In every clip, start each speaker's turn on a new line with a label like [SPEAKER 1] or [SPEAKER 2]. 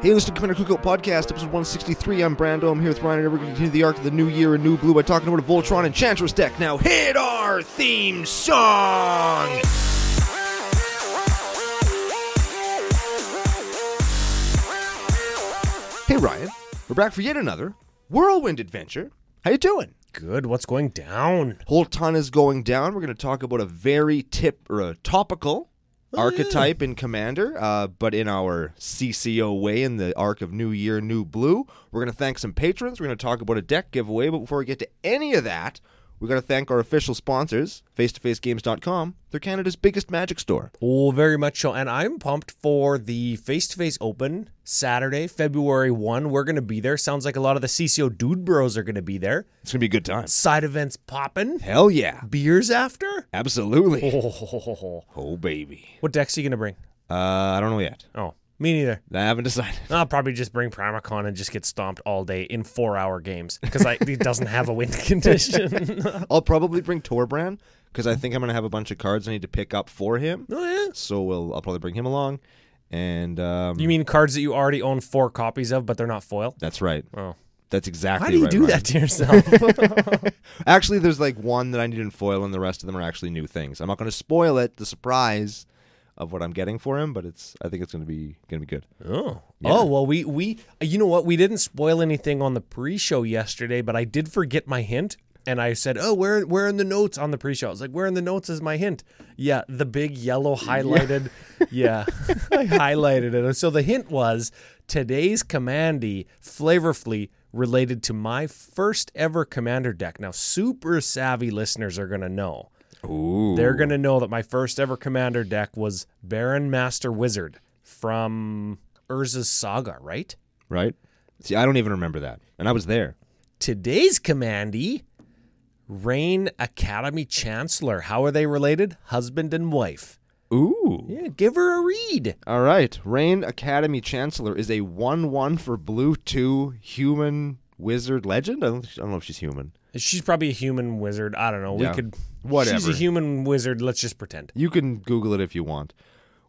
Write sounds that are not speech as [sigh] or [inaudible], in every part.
[SPEAKER 1] Hey, listen to Commander Cookout Podcast, episode 163. I'm Brando. I'm here with Ryan, and we're going to continue the arc of the new year in New Blue by talking about a Voltron Enchantress deck. Now, hit our theme song! Hey, Ryan. We're back for yet another whirlwind adventure. How you doing?
[SPEAKER 2] Good. What's going down?
[SPEAKER 1] Whole ton is going down. We're going to talk about a very tip or a topical archetype in Commander, uh, but in our CCO way in the arc of New Year, New Blue. We're going to thank some patrons. We're going to talk about a deck giveaway. But before we get to any of that, we're going to thank our official sponsors, face2facegames.com. They're Canada's biggest magic store.
[SPEAKER 2] Oh, very much so. And I'm pumped for the face to face open Saturday, February 1. We're going to be there. Sounds like a lot of the CCO dude bros are going to be there.
[SPEAKER 1] It's going to be a good time.
[SPEAKER 2] Side events popping,
[SPEAKER 1] Hell yeah.
[SPEAKER 2] beers [laughs] after.
[SPEAKER 1] Absolutely.
[SPEAKER 2] Oh,
[SPEAKER 1] Oh, baby.
[SPEAKER 2] what decks are you going to bring?
[SPEAKER 1] Uh, I don't know yet.
[SPEAKER 2] Oh, me neither.
[SPEAKER 1] I haven't [laughs] decided.
[SPEAKER 2] I'll probably just bring Primacon and just get stomped all day in four hour games because it doesn't have a win [laughs] condition.
[SPEAKER 1] I'll probably bring Torbran because I think I'm going to have a bunch of cards I need to pick up for him.
[SPEAKER 2] [laughs] oh, yeah.
[SPEAKER 1] So we'll, I'll probably bring him along. And um,
[SPEAKER 2] You mean cards that you already own four copies of, but they're not foil?
[SPEAKER 1] that's right.
[SPEAKER 2] Oh.
[SPEAKER 1] That's exactly
[SPEAKER 2] How do you
[SPEAKER 1] right,
[SPEAKER 2] do
[SPEAKER 1] Ryan.
[SPEAKER 2] that to yourself?
[SPEAKER 1] Actually, there's like one that I need in foil, and the rest of them are actually new things. I'm not going to spoil it, the surprise of what I'm getting for him, but it's I think it's going to be going to be good.
[SPEAKER 2] Oh. Oh, well we we you know what? We didn't spoil anything on the pre-show yesterday, but I did forget my hint and I said, "Oh, where where in the notes on the pre-show?" I was like, "Where in the notes is my hint?" Yeah, the big yellow [laughs] highlighted. Yeah. I highlighted it. And so the hint was today's commandy flavorfully related to my first ever commander deck. Now, super savvy listeners are going to know.
[SPEAKER 1] Ooh.
[SPEAKER 2] They're going to know that my first ever commander deck was Baron Master Wizard from Urza's Saga, right?
[SPEAKER 1] right? See, I don't even remember that, and I was there.
[SPEAKER 2] Today's commandy, Rain Academy Chancellor. How are they related? Husband and wife.
[SPEAKER 1] Ooh.
[SPEAKER 2] Yeah, give her a read.
[SPEAKER 1] All right. Rain Academy Chancellor is a 1 1 for blue 2 human wizard legend. I don't, I don't know if she's human.
[SPEAKER 2] She's probably a human wizard. I don't know.
[SPEAKER 1] Yeah.
[SPEAKER 2] We could. She's
[SPEAKER 1] Whatever.
[SPEAKER 2] a human wizard. Let's just pretend.
[SPEAKER 1] You can Google it if you want.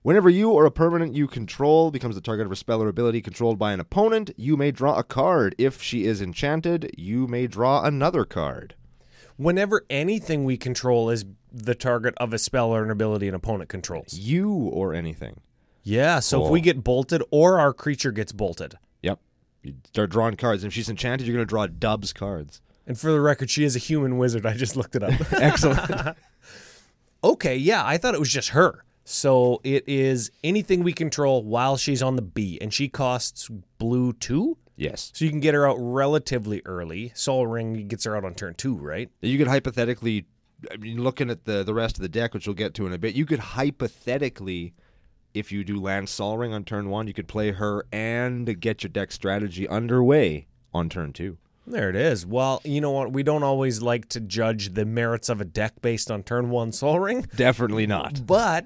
[SPEAKER 1] Whenever you or a permanent you control becomes the target of a spell or ability controlled by an opponent, you may draw a card. If she is enchanted, you may draw another card.
[SPEAKER 2] Whenever anything we control is the target of a spell or an ability an opponent controls.
[SPEAKER 1] You or anything.
[SPEAKER 2] Yeah, so if
[SPEAKER 1] Cool.
[SPEAKER 2] we get bolted or our creature gets bolted.
[SPEAKER 1] Yep. You start drawing cards. If she's enchanted, you're going to draw Dub's cards.
[SPEAKER 2] And for the record, she is a human wizard. I just looked it up.
[SPEAKER 1] Excellent.
[SPEAKER 2] [laughs] okay, yeah, I thought it was just her. So it is anything we control while she's on the B, and she costs blue two.
[SPEAKER 1] yes.
[SPEAKER 2] So you can get her out relatively early. Soul Ring gets her out on turn two, right?
[SPEAKER 1] You could hypothetically, I mean, looking at the, the rest of the deck, which we'll get to in a bit, you could hypothetically, if you do land Sol Ring on turn one, you could play her and get your deck strategy underway on turn two.
[SPEAKER 2] There it is. Well, you know what? We don't always like to judge the merits of a deck based on turn one Soul Ring,
[SPEAKER 1] Definitely not.
[SPEAKER 2] but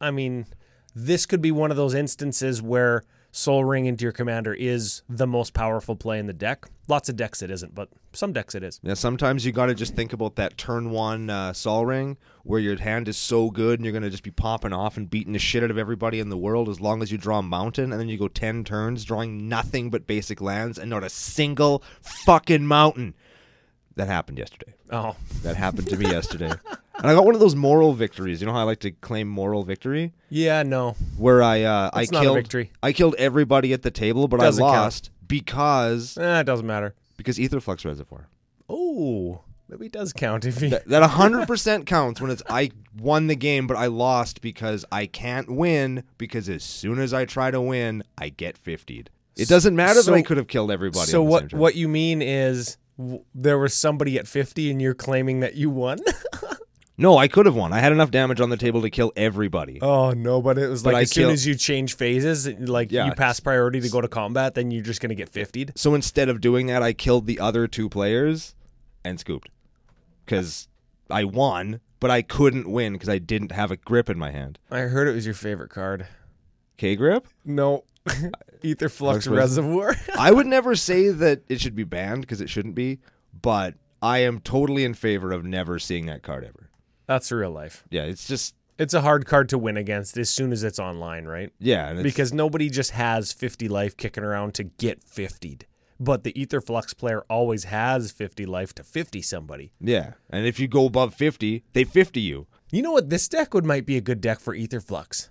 [SPEAKER 2] I mean, this could be one of those instances where Soul Ring into your commander is the most powerful play in the deck. Lots of decks it isn't, but some decks it is.
[SPEAKER 1] Now, sometimes you got to just think about that turn one uh, Sol Ring where your hand is so good and you're going to just be popping off and beating the shit out of everybody in the world as long as you draw a mountain. And then you go 10 turns drawing nothing but basic lands and not a single fucking mountain. That happened yesterday.
[SPEAKER 2] Oh,
[SPEAKER 1] That happened [laughs] to me yesterday. And I got one of those moral victories. You know how I like to claim moral victory,
[SPEAKER 2] yeah, no.
[SPEAKER 1] where I uh, I
[SPEAKER 2] It's not a
[SPEAKER 1] killed
[SPEAKER 2] victory.
[SPEAKER 1] I killed everybody at the table, but
[SPEAKER 2] Doesn't
[SPEAKER 1] I
[SPEAKER 2] count.
[SPEAKER 1] lost because
[SPEAKER 2] Eh, it doesn't matter.
[SPEAKER 1] because Etherflux Reservoir.
[SPEAKER 2] Oh, maybe it does count if [laughs] you.
[SPEAKER 1] That hundred percent counts when it's I won the game, but I lost because I can't win because as soon as I try to win, I get fiftied. It doesn't matter
[SPEAKER 2] So-
[SPEAKER 1] that I could have killed everybody.
[SPEAKER 2] So
[SPEAKER 1] at the same
[SPEAKER 2] what?
[SPEAKER 1] time.
[SPEAKER 2] What you mean is w- there was somebody at fifty, and you're claiming that you won? [laughs]
[SPEAKER 1] No, I could have won. I had enough damage on the table to kill everybody.
[SPEAKER 2] oh no! But it was like
[SPEAKER 1] I
[SPEAKER 2] as soon
[SPEAKER 1] kill-
[SPEAKER 2] as you change phases, it- like
[SPEAKER 1] Yeah.
[SPEAKER 2] you pass priority to go to combat, then you're just gonna get fiftied.
[SPEAKER 1] So instead of doing that, I killed the other two players and scooped because I won, but I couldn't win because I didn't have a grip in my hand.
[SPEAKER 2] I heard it was your favorite card.
[SPEAKER 1] K grip?
[SPEAKER 2] [laughs] No, Ether
[SPEAKER 1] Flux
[SPEAKER 2] Flux
[SPEAKER 1] Res-
[SPEAKER 2] Reservoir.
[SPEAKER 1] I would never say that it should be banned because it shouldn't be, but I am totally in favor of never seeing that card ever.
[SPEAKER 2] [laughs] That's real life.
[SPEAKER 1] Yeah, it's just
[SPEAKER 2] It's a hard card to win against as soon as it's online, right?
[SPEAKER 1] Yeah, and it's,
[SPEAKER 2] Because nobody just has 50 life kicking around to get 50'd. But the Etherflux player always has 50 life to 50 somebody.
[SPEAKER 1] yeah, and if you go above fifty, they fifty you.
[SPEAKER 2] You know what? This deck would might be a good deck for Etherflux,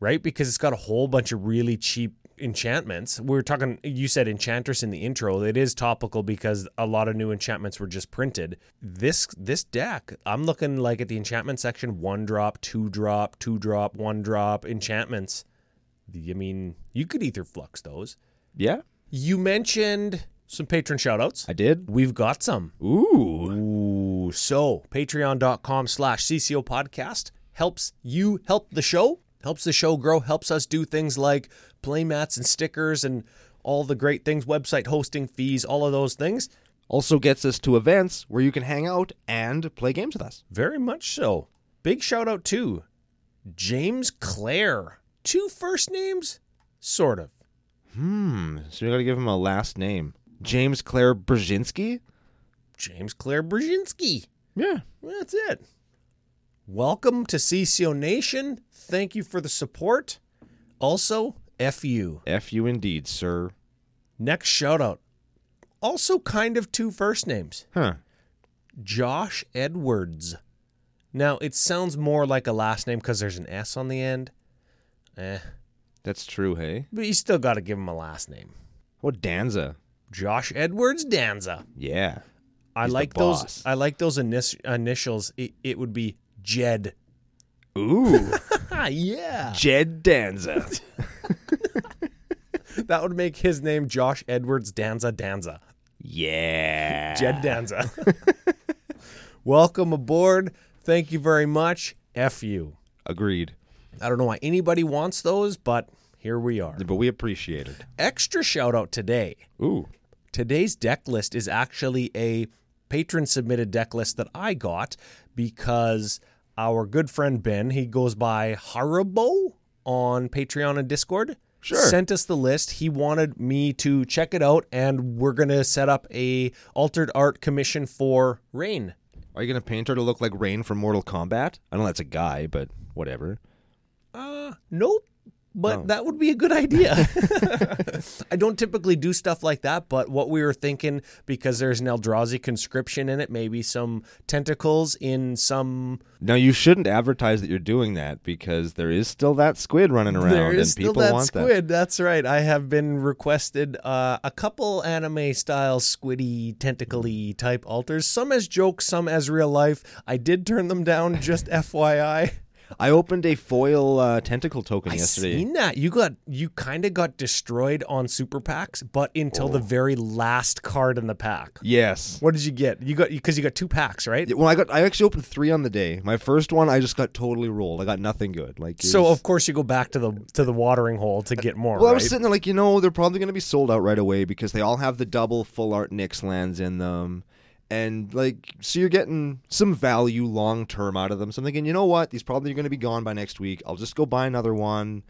[SPEAKER 2] right? Because it's got a whole bunch of really cheap enchantments. We were talking. You said Enchantress in the intro. It is topical because a lot of new enchantments were just printed. This this deck, I'm looking like at the enchantment section: one drop, two drop, two drop, one drop enchantments. I mean, you could Etherflux those.
[SPEAKER 1] Yeah,
[SPEAKER 2] You mentioned some patron shoutouts.
[SPEAKER 1] I did.
[SPEAKER 2] We've got some.
[SPEAKER 1] Ooh,
[SPEAKER 2] Ooh, so patreon.com slash CCO podcast helps you help the show, helps the show grow, helps us do things like play mats and stickers and all the great things, website hosting fees, all of those things.
[SPEAKER 1] also gets us to events where you can hang out and play games with us.
[SPEAKER 2] Very much so. Big shout out to James Clare. Two first names? Sort of.
[SPEAKER 1] Hmm. So you got to give him a last name, James Claire Brzezinski.
[SPEAKER 2] James Clare Brzezinski.
[SPEAKER 1] Yeah.
[SPEAKER 2] That's it. Welcome to CCO Nation. Thank you for the support. Also, F you.
[SPEAKER 1] F you indeed, sir.
[SPEAKER 2] Next shout out. Also, kind of two first names
[SPEAKER 1] Huh.
[SPEAKER 2] Josh Edwards. Now, it sounds more like a last name because there's an S on the end. Eh,
[SPEAKER 1] That's true. Hey.
[SPEAKER 2] but you still got to give him a last name.
[SPEAKER 1] What Danza?
[SPEAKER 2] Josh Edwards Danza.
[SPEAKER 1] Yeah.
[SPEAKER 2] I
[SPEAKER 1] He's the
[SPEAKER 2] like those.
[SPEAKER 1] boss.
[SPEAKER 2] I like those inis- initials. It, it would be Jed.
[SPEAKER 1] Ooh,
[SPEAKER 2] Ah, yeah.
[SPEAKER 1] Jed Danza.
[SPEAKER 2] [laughs] That would make his name Josh Edwards Danza Danza.
[SPEAKER 1] [laughs] Yeah.
[SPEAKER 2] Jed Danza. Welcome aboard. Thank you very much. F you.
[SPEAKER 1] Agreed.
[SPEAKER 2] I don't know why anybody wants those, but here we are.
[SPEAKER 1] But we appreciate it.
[SPEAKER 2] Extra shout out today.
[SPEAKER 1] Ooh.
[SPEAKER 2] Today's deck list is actually a patron submitted deck list that I got because our good friend Ben, he goes by Haribo on Patreon and Discord.
[SPEAKER 1] Sure.
[SPEAKER 2] Sent us the list. He wanted me to check it out, and we're gonna set up a altered art commission for Rain.
[SPEAKER 1] Are you gonna paint her to look like Rain from Mortal Kombat? I know that's a guy, but whatever.
[SPEAKER 2] Uh, nope.
[SPEAKER 1] Oh.
[SPEAKER 2] But that would be a good idea. [laughs] I don't typically do stuff like that, but what we were thinking, because there's an Eldrazi conscription in it, maybe some tentacles in some.
[SPEAKER 1] Now you shouldn't advertise that you're doing that because there is still that squid running around
[SPEAKER 2] there is
[SPEAKER 1] and
[SPEAKER 2] still
[SPEAKER 1] people
[SPEAKER 2] that
[SPEAKER 1] want that.
[SPEAKER 2] squid. That's right. I have been requested uh, a couple anime style squiddy, tentacly type altars, some as jokes, some as real life. I did turn them down, just [laughs] FYI.
[SPEAKER 1] I opened a foil uh, tentacle token
[SPEAKER 2] I
[SPEAKER 1] yesterday.
[SPEAKER 2] seen that you got you kind of got destroyed on super packs, but until
[SPEAKER 1] Oh.
[SPEAKER 2] the very last card in the pack.
[SPEAKER 1] Yes.
[SPEAKER 2] What did you get? You got because you got two packs, right?
[SPEAKER 1] Well, I got. I actually opened three on the day. My first one, I just got totally rolled. I got nothing good. Like it
[SPEAKER 2] So
[SPEAKER 1] was-
[SPEAKER 2] of course you go back to the to the watering hole to get more.
[SPEAKER 1] Well, I
[SPEAKER 2] right?
[SPEAKER 1] was sitting there like, you know, they're probably going to be sold out right away because they all have the double full art Nyx lands in them. And, like, so you're getting some value long term out of them. So I'm thinking, you know what? These probably are going to be gone by next week. I'll just go buy another one.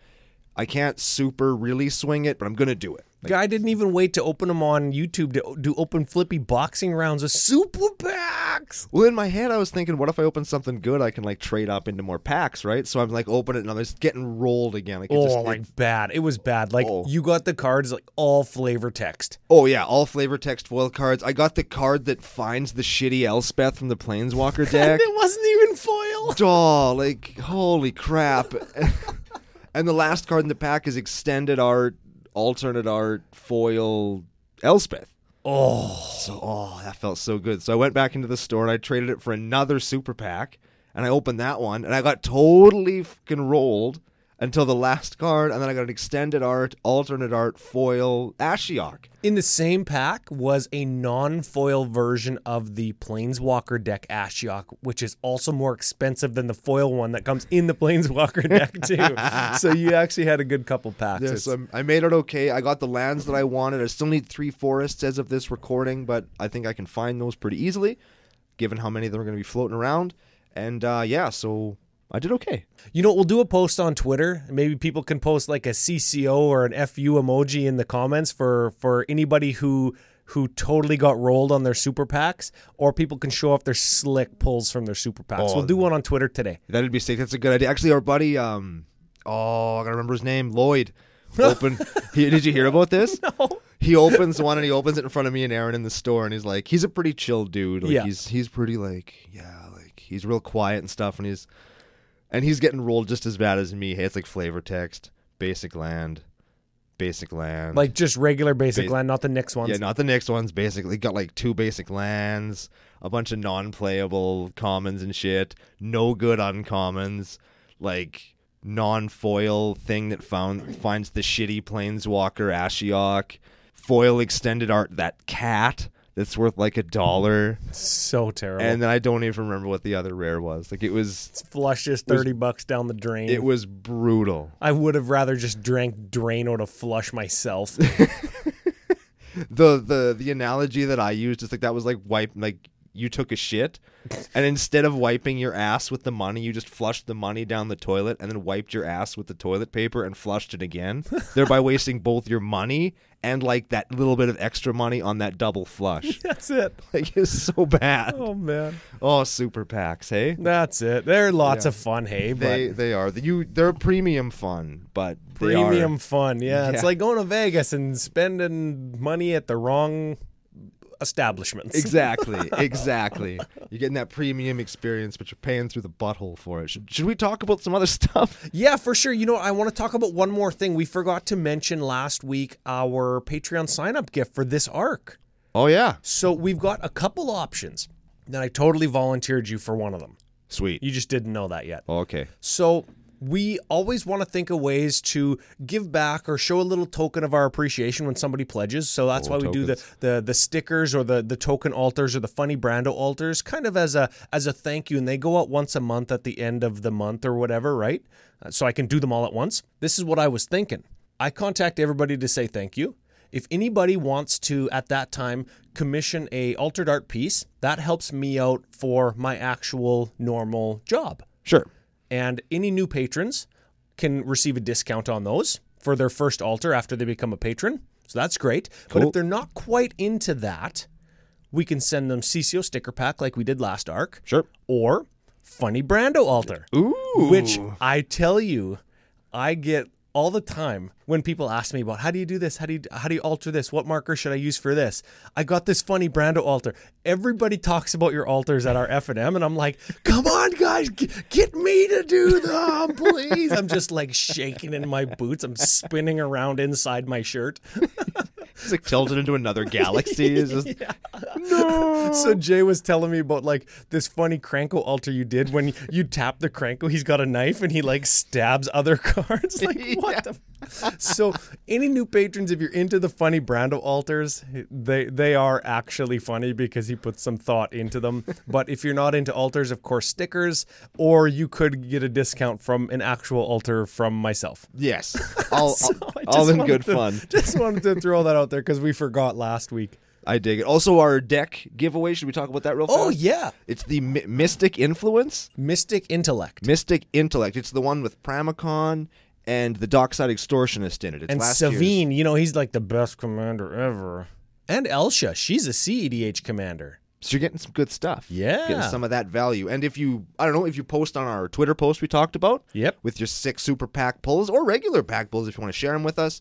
[SPEAKER 1] I can't super really swing it, but I'm going to do it. Like,
[SPEAKER 2] Guy didn't even wait to open them on YouTube to o- do open flippy boxing rounds with super packs.
[SPEAKER 1] well, in my head, I was thinking, what if I open something good? I can, like, trade up into more packs, right? So I'm like, open it, and I'm just getting rolled again. I can
[SPEAKER 2] Oh,
[SPEAKER 1] just,
[SPEAKER 2] like bad. It was bad. Like
[SPEAKER 1] Oh.
[SPEAKER 2] you got the cards like all flavor text.
[SPEAKER 1] Oh yeah, all flavor text foil cards. I got the card that finds the shitty Elspeth from the
[SPEAKER 2] [laughs]
[SPEAKER 1] Planeswalker deck.
[SPEAKER 2] And it wasn't even foil.
[SPEAKER 1] [laughs] Oh, like holy crap! [laughs] and the last card in the pack is extended art, alternate art, foil Elspeth.
[SPEAKER 2] Oh,
[SPEAKER 1] So oh, that felt so good. So I went back into the store and I traded it for another super pack, and I opened that one, and I got totally fucking rolled until the last card, and then I got an extended art, alternate art, foil Ashiok.
[SPEAKER 2] In the same pack was a non-foil version of the Planeswalker deck Ashiok, which is also more expensive than the foil one that comes in the [laughs] Planeswalker deck too. so you actually had a good couple packs.
[SPEAKER 1] Yeah,
[SPEAKER 2] It's-
[SPEAKER 1] so I'm, I made it okay. I got the lands that I wanted. I still need three forests as of this recording, but I think I can find those pretty easily, given how many of them are going to be floating around. And uh, yeah, so I did okay.
[SPEAKER 2] you know, we'll do a post on Twitter. Maybe people can post like a CCO or an FU emoji in the comments for for anybody who who totally got rolled on their super packs, or people can show off their slick pulls from their super packs.
[SPEAKER 1] Oh.
[SPEAKER 2] we'll do one on Twitter today.
[SPEAKER 1] That'd be sick. That's a good idea. Actually, our buddy, um, oh, I gotta remember his name,
[SPEAKER 2] [laughs]
[SPEAKER 1] Lloyd. Open. he, did you hear about this? No. He opens one and he opens it in front of me and Aaron in the store, and he's like, he's a pretty chill dude. Like
[SPEAKER 2] Yeah.
[SPEAKER 1] he's he's pretty like yeah, like he's real quiet and stuff, and he's and he's getting rolled just as bad as me. Hey, it's like flavor text, basic land, basic land.
[SPEAKER 2] Like just regular basic
[SPEAKER 1] Bas-
[SPEAKER 2] land, not the next ones.
[SPEAKER 1] yeah, not the next ones. Basically, got like two basic lands, a bunch of non-playable commons and shit. No good uncommons, like non-foil thing that found finds the shitty planeswalker Ashiok. Foil extended art that cat that's worth like a dollar,
[SPEAKER 2] So terrible.
[SPEAKER 1] and then I don't even remember what the other rare was. Like it was,
[SPEAKER 2] it's flushes thirty bucks down the drain.
[SPEAKER 1] it was brutal.
[SPEAKER 2] I would have rather just drank Drano to flush [laughs] myself.
[SPEAKER 1] the the the analogy that I used is like that was like wipe like you took a [laughs] shit and instead of wiping your ass with the money you just flushed the money down the toilet and then wiped your ass with the toilet paper and flushed it [laughs] again thereby wasting both your money and like that little bit of extra money on that double [laughs] flush
[SPEAKER 2] That's it.
[SPEAKER 1] like it's so bad
[SPEAKER 2] Oh man,
[SPEAKER 1] oh super packs hey
[SPEAKER 2] that's it. They're lots
[SPEAKER 1] Yeah.
[SPEAKER 2] of fun. Hey, but
[SPEAKER 1] they they are you they're premium fun but they are-
[SPEAKER 2] premium fun. Yeah, it's
[SPEAKER 1] Yeah.
[SPEAKER 2] like going to Vegas and spending money at the wrong establishments.
[SPEAKER 1] Exactly, exactly. You're getting that premium experience, but you're paying through the butthole for it. Should, should we talk about some other stuff?
[SPEAKER 2] Yeah, for sure. You know, I want to talk about one more thing. We forgot to mention last week our Patreon sign up gift for this arc.
[SPEAKER 1] Oh yeah,
[SPEAKER 2] So we've got a couple options. Then I totally volunteered you for one of them.
[SPEAKER 1] sweet.
[SPEAKER 2] You just didn't know that yet.
[SPEAKER 1] Oh, okay,
[SPEAKER 2] So we always want to think of ways to give back or show a little token of our appreciation when somebody pledges. So that's why we do the, the the stickers or the the token altars or the funny Brando altars, kind of as a as a thank you. And they go out once a month at the end of the month or whatever, right? Uh, So I can do them all at once. This is what I was thinking. I contact everybody to say thank you. If anybody wants to at that time commission a altered art piece, that helps me out for my actual normal job
[SPEAKER 1] sure.
[SPEAKER 2] and any new patrons can receive a discount on those for their first altar after they become a patron. So that's great. But
[SPEAKER 1] Cool.
[SPEAKER 2] if they're not quite into that, we can send them CCO sticker pack like we did last arc.
[SPEAKER 1] Sure.
[SPEAKER 2] Or Funny Brando altar.
[SPEAKER 1] Ooh,
[SPEAKER 2] Which I tell you, I get all the time when people ask me about how do you do this? How do you how do you alter this? What marker should I use for this? I got this funny Brando altar. Everybody talks about your altars at our F and M, and I'm like, come on, guys, g- get me to do them, please. I'm just like shaking in my boots. I'm spinning around inside my shirt.
[SPEAKER 1] it's like tilted into another galaxy. It's [laughs] just no.
[SPEAKER 2] So Jay was telling me about like this funny Cranko altar you did when you tap the Cranko, he's got a knife and he like stabs
[SPEAKER 1] [laughs]
[SPEAKER 2] other [laughs] cards. Like what the f- So any new patrons, if you're into the funny Brando altars, they they are actually funny because he puts some thought
[SPEAKER 1] [laughs]
[SPEAKER 2] into them. But if you're not into altars, of course stickers, or you could get a discount from an actual altar from myself. [laughs]
[SPEAKER 1] Yes, [laughs] all, all,
[SPEAKER 2] I
[SPEAKER 1] all
[SPEAKER 2] just
[SPEAKER 1] in
[SPEAKER 2] wanted
[SPEAKER 1] good
[SPEAKER 2] to-
[SPEAKER 1] fun.
[SPEAKER 2] [laughs] Just wanted to throw that out there because we forgot last week.
[SPEAKER 1] I dig it. Also, our deck giveaway. Should we talk about that real fast?
[SPEAKER 2] Oh yeah.
[SPEAKER 1] It's the Mi- Mystic Influence,
[SPEAKER 2] Mystic Intellect.
[SPEAKER 1] Mystic Intellect. It's the one with Pramicon and the Dockside Extortionist in it. It's
[SPEAKER 2] And
[SPEAKER 1] last year's-
[SPEAKER 2] Savine, you know, he's like the best commander ever. And Elsha, she's a CEDH commander.
[SPEAKER 1] So you're getting some good stuff.
[SPEAKER 2] Yeah.
[SPEAKER 1] Getting some of that value. And if you, I don't know, if you post on our Twitter post we talked about
[SPEAKER 2] Yep.
[SPEAKER 1] with your six super pack pulls or regular pack pulls if you want to share them with us,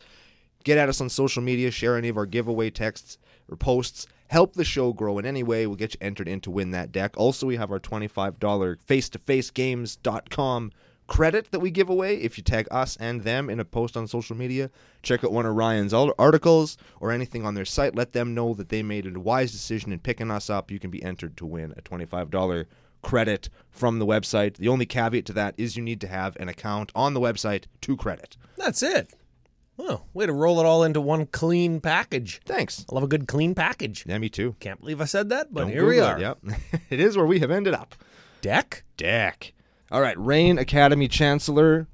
[SPEAKER 1] get at us on social media, share any of our giveaway texts or posts. Help the show grow in any way. We'll get you entered in to win that deck. Also, we have our $25 face to face games.com credit that we give away if you tag us and them in a post on social media. Check out one of Ryan's al- articles or anything on their site. Let them know that they made a wise decision in picking us up. You can be entered to win a $25 credit from the website. The only caveat to that is you need to have an account on the website to credit.
[SPEAKER 2] That's it. Oh, way to roll it all into one clean package.
[SPEAKER 1] Thanks.
[SPEAKER 2] I love a good clean package.
[SPEAKER 1] Yeah, me too.
[SPEAKER 2] Can't believe I said that, but
[SPEAKER 1] Don't
[SPEAKER 2] here we
[SPEAKER 1] Google
[SPEAKER 2] are.
[SPEAKER 1] it, Yep. [laughs] it is where we have ended up.
[SPEAKER 2] Deck?
[SPEAKER 1] Deck. All right, Rain Academy Chancellor.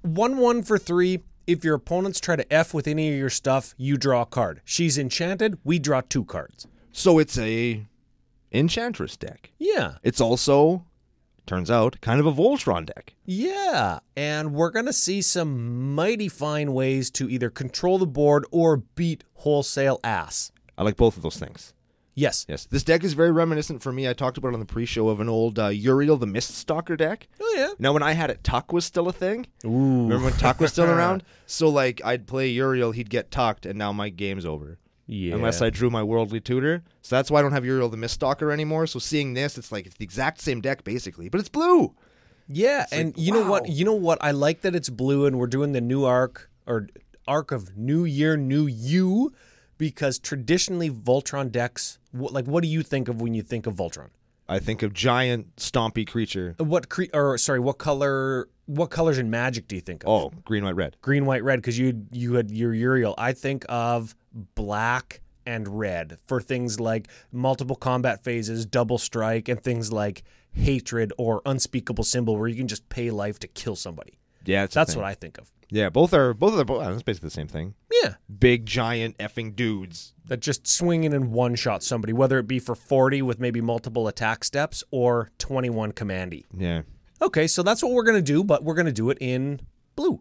[SPEAKER 2] 1 1 for 3. If your opponents try to F with any of your stuff, you draw a card. She's enchanted, we draw two cards.
[SPEAKER 1] So it's a Enchantress deck.
[SPEAKER 2] Yeah.
[SPEAKER 1] It's also, turns out, kind of a Voltron deck.
[SPEAKER 2] Yeah, and we're going to see some mighty fine ways to either control the board or beat wholesale ass.
[SPEAKER 1] I like both of those things.
[SPEAKER 2] Yes.
[SPEAKER 1] Yes, this deck is very reminiscent for me. I talked about it on the pre-show of an old uh, Uriel the Miststalker deck.
[SPEAKER 2] Oh yeah.
[SPEAKER 1] Now, when I had it, Tuck was still a thing.
[SPEAKER 2] Ooh.
[SPEAKER 1] Remember when Tuck was still [laughs] around? So, like, I'd play Uriel, he'd get tucked, and now my game's over.
[SPEAKER 2] Yeah.
[SPEAKER 1] Unless I drew my Worldly Tutor. So that's why I don't have Uriel the Miststalker anymore. So seeing this, it's like it's the exact same deck, basically, but it's blue.
[SPEAKER 2] Yeah, and you know what? You know what? I like that it's blue, and we're doing the new arc or arc of New Year, New You, because traditionally Voltron decks. What, like, what do you think of when you think of Voltron?
[SPEAKER 1] I think of giant, stompy creature.
[SPEAKER 2] What cre- or sorry, what color? What colors in Magic do you think of?
[SPEAKER 1] Oh, green, white, red.
[SPEAKER 2] green, white, red. Because you you had your Uriel. I think of black and red for things like multiple combat phases, double strike, and things like hatred or unspeakable symbol, where you can just pay life to kill somebody.
[SPEAKER 1] Yeah, it's
[SPEAKER 2] That's what I think of.
[SPEAKER 1] Yeah, both are both are both. That's basically the same thing.
[SPEAKER 2] Yeah.
[SPEAKER 1] Big, giant, effing dudes.
[SPEAKER 2] That just swinging and one shot somebody, whether it be for 40 with maybe multiple attack steps or 21 commandy.
[SPEAKER 1] Yeah,
[SPEAKER 2] Okay, so that's what we're going to do, but we're going to do it in blue.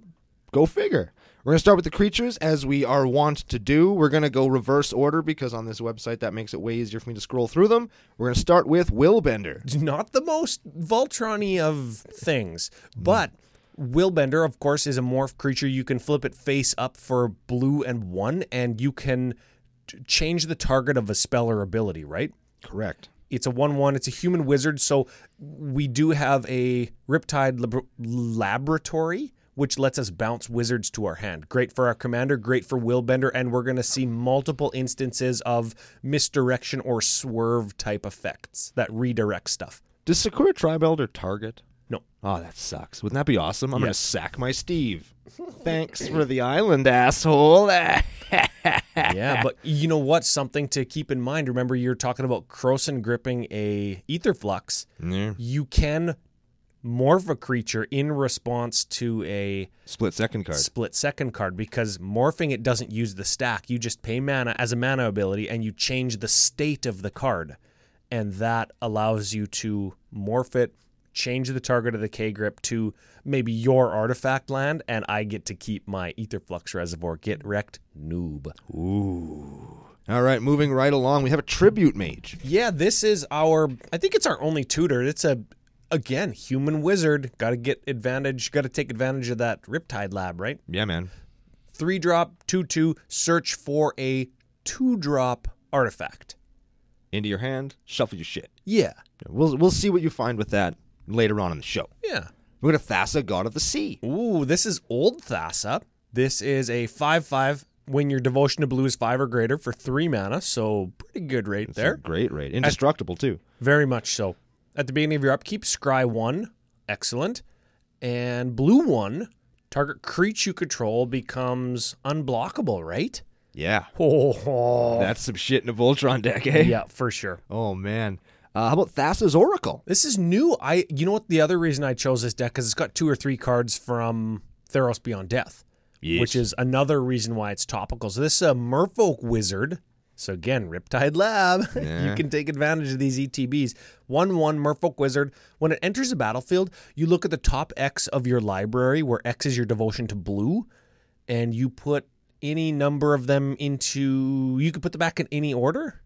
[SPEAKER 1] Go figure. We're going to start with the creatures as we are wont to do. We're going to go reverse order because on this website that makes it way easier for me to scroll through them. We're going to start with Willbender.
[SPEAKER 2] Not the most Voltron of things, but Willbender, of course, is a morph creature. You can flip it face up for blue and one, and you can t- change the target of a spell or ability, right?
[SPEAKER 1] Correct.
[SPEAKER 2] it's a 1 1. It's a human wizard. So we do have a Riptide lab- Laboratory, which lets us bounce wizards to our hand. Great for our commander, great for Willbender. And we're going to see multiple instances of misdirection or swerve type effects that redirect stuff.
[SPEAKER 1] Does Sakura Tribe Elder target?
[SPEAKER 2] No.
[SPEAKER 1] Oh, that sucks. Wouldn't that be awesome? I'm going to sack my Steve. Thanks for the island, [laughs] asshole.
[SPEAKER 2] yeah, but you know what? Something to keep in mind. Remember, you're talking about Croson gripping a ether flux.
[SPEAKER 1] Mm.
[SPEAKER 2] You can morph a creature in response to a
[SPEAKER 1] Split second card.
[SPEAKER 2] split second card because morphing it doesn't use the stack. You just pay mana as a mana ability and you change the state of the card. And that allows you to morph it, change the target of the K grip to maybe your artifact land, and I get to keep my Etherflux reservoir. Get wrecked, noob.
[SPEAKER 1] All right, moving right along, we have a tribute mage.
[SPEAKER 2] Yeah, this is our. I think it's our only tutor. It's a, again, human wizard. Got to get advantage. Got to take advantage of that Riptide Lab, right?
[SPEAKER 1] Yeah, man.
[SPEAKER 2] three drop, two two, search for a two drop artifact.
[SPEAKER 1] Into your hand, shuffle your shit.
[SPEAKER 2] Yeah.
[SPEAKER 1] We'll we'll see what you find with that later on in the show.
[SPEAKER 2] Yeah.
[SPEAKER 1] We're going to Thassa, God of the Sea.
[SPEAKER 2] Ooh, this is old Thassa. This is a five five when your devotion to blue is five or greater for three mana, so pretty good rate
[SPEAKER 1] They're
[SPEAKER 2] there.
[SPEAKER 1] Great rate. Indestructible, too.
[SPEAKER 2] Very much so. At the beginning of your upkeep, scry one, excellent. And blue one, target creature you control becomes unblockable, right?
[SPEAKER 1] Yeah.
[SPEAKER 2] [laughs] Oh,
[SPEAKER 1] That's some shit in a Voltron deck, eh?
[SPEAKER 2] yeah, for sure.
[SPEAKER 1] Oh, man. Uh, how about Thassa's Oracle?
[SPEAKER 2] This is new. I you know what the other reason I chose this deck is it's got two or three cards from Theros Beyond Death, which is another reason why it's topical. So this is a Merfolk Wizard. So again, Riptide Lab. [laughs] you can take advantage of these ETBs. One one Merfolk Wizard. When it enters the battlefield, you look at the top X of your library, where X is your devotion to blue, and you put any number of them into. You could put them back in any order.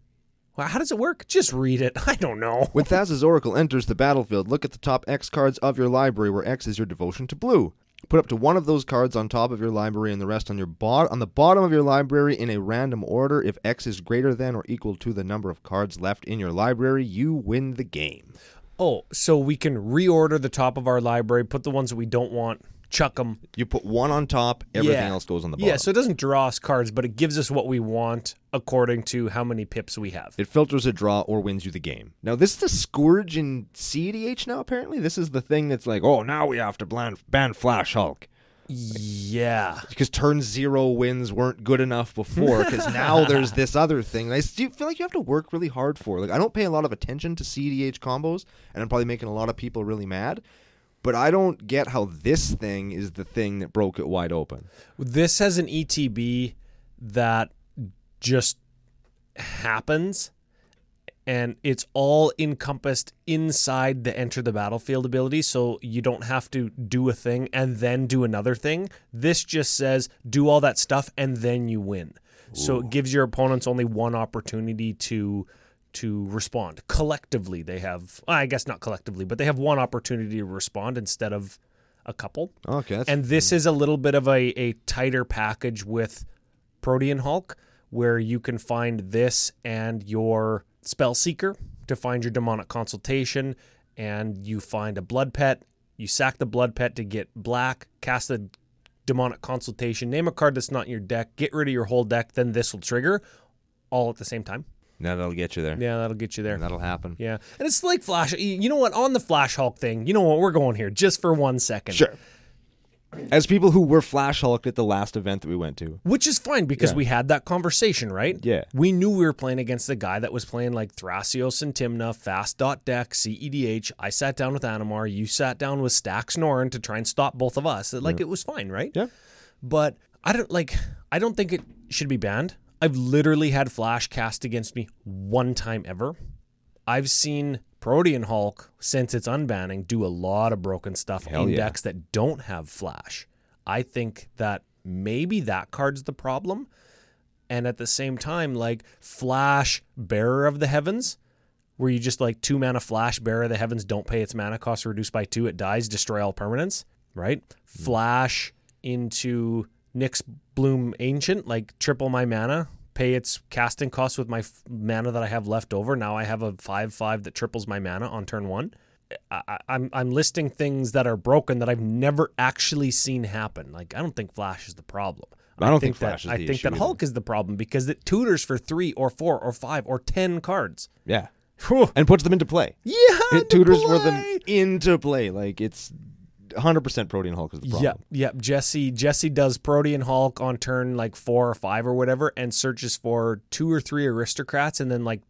[SPEAKER 2] Well, how does it work? Just read it. [laughs] I don't know.
[SPEAKER 1] When Thassa's Oracle enters the battlefield, look at the top X cards of your library where X is your devotion to blue. Put up to one of those cards on top of your library and the rest on your bot on the bottom of your library in a random order. If X is greater than or equal to the number of cards left in your library, you win the game.
[SPEAKER 2] Oh, so we can reorder the top of our library, put the ones that we don't want, chuck them.
[SPEAKER 1] You put one on top, everything else goes on the bottom.
[SPEAKER 2] Yeah, so it doesn't draw us cards, but it gives us what we want according to how many pips we have.
[SPEAKER 1] It filters a draw or wins you the game. Now, this is the scourge in CDH now, apparently. This is the thing that's like, oh, now we have to ban, ban Flash Hulk.
[SPEAKER 2] yeah.
[SPEAKER 1] Because turn zero wins weren't good enough before, because
[SPEAKER 2] [laughs]
[SPEAKER 1] now there's this other thing that I still feel like you have to work really hard for. Like, I don't pay a lot of attention to CDH combos, and I'm probably making a lot of people really mad. But I don't get how this thing is the thing that broke it wide open.
[SPEAKER 2] This has an ETB that just happens and it's all encompassed inside the enter the battlefield ability so you don't have to do a thing and then do another thing this just says do all that stuff and then you win So it gives your opponents only one opportunity to to respond. Collectively, they have I guess not collectively, but they have one opportunity to respond instead of a couple.
[SPEAKER 1] Okay, that's,
[SPEAKER 2] And this is a little bit of a, a tighter package with Protean Hulk, where you can find this and your Spell Seeker to find your demonic consultation, and you find a blood pet. You sack the blood pet to get black, cast the demonic consultation, name a card that's not in your deck, get rid of your whole deck, then this will trigger all at the same time.
[SPEAKER 1] now that'll get you there.
[SPEAKER 2] Yeah, that'll get you there.
[SPEAKER 1] That'll happen.
[SPEAKER 2] Yeah, and it's like Flash. y- You know what? On the Flash Hulk thing, you know what? We're going here just for one second.
[SPEAKER 1] Sure. As people who were Flash Hulk at the last event that we went to,
[SPEAKER 2] Which is fine because we had that conversation, right?
[SPEAKER 1] Yeah.
[SPEAKER 2] We knew we were playing against the guy that was playing like Thrasios and Timna, Fast Dot Deck, CEDH. I sat down with Animar. You sat down with Stax Norn to try and stop both of us. Like it was fine, right?
[SPEAKER 1] Mm. Yeah.
[SPEAKER 2] But I don't like. I don't think it should be banned. I've literally had Flash cast against me one time ever. I've seen Protean Hulk since its unbanning do a lot of broken stuff
[SPEAKER 1] Hell
[SPEAKER 2] in
[SPEAKER 1] yeah.
[SPEAKER 2] decks that don't have Flash. I think that maybe that card's the problem. And at the same time, like Flash Bearer of the Heavens, where you just like two mana Flash Bearer of the Heavens, don't pay its mana cost, reduced by two, it dies, destroy all permanents, right?
[SPEAKER 1] Hmm.
[SPEAKER 2] Flash into Nyx Bloom Ancient, like triple my mana, pay its casting cost with my f- mana that I have left over. Now I have a 5 5 that triples my mana on turn one. I, I- I'm I'm listing things that are broken that I've never actually seen happen. Like I don't think Flash is the problem.
[SPEAKER 1] I don't think
[SPEAKER 2] that-
[SPEAKER 1] Flash is
[SPEAKER 2] I
[SPEAKER 1] the
[SPEAKER 2] think
[SPEAKER 1] issue
[SPEAKER 2] that
[SPEAKER 1] either.
[SPEAKER 2] Hulk is the problem because it tutors for three or four or five or ten cards.
[SPEAKER 1] yeah,
[SPEAKER 2] Whew.
[SPEAKER 1] and puts them into play.
[SPEAKER 2] Yeah,
[SPEAKER 1] It
[SPEAKER 2] the
[SPEAKER 1] tutors for them
[SPEAKER 2] play.
[SPEAKER 1] into play. Like it's 100% Protean Hulk is the problem.
[SPEAKER 2] Yep, yep. Jesse Jesse does Protean Hulk on turn like four or five or whatever, and searches for two or three aristocrats, and then like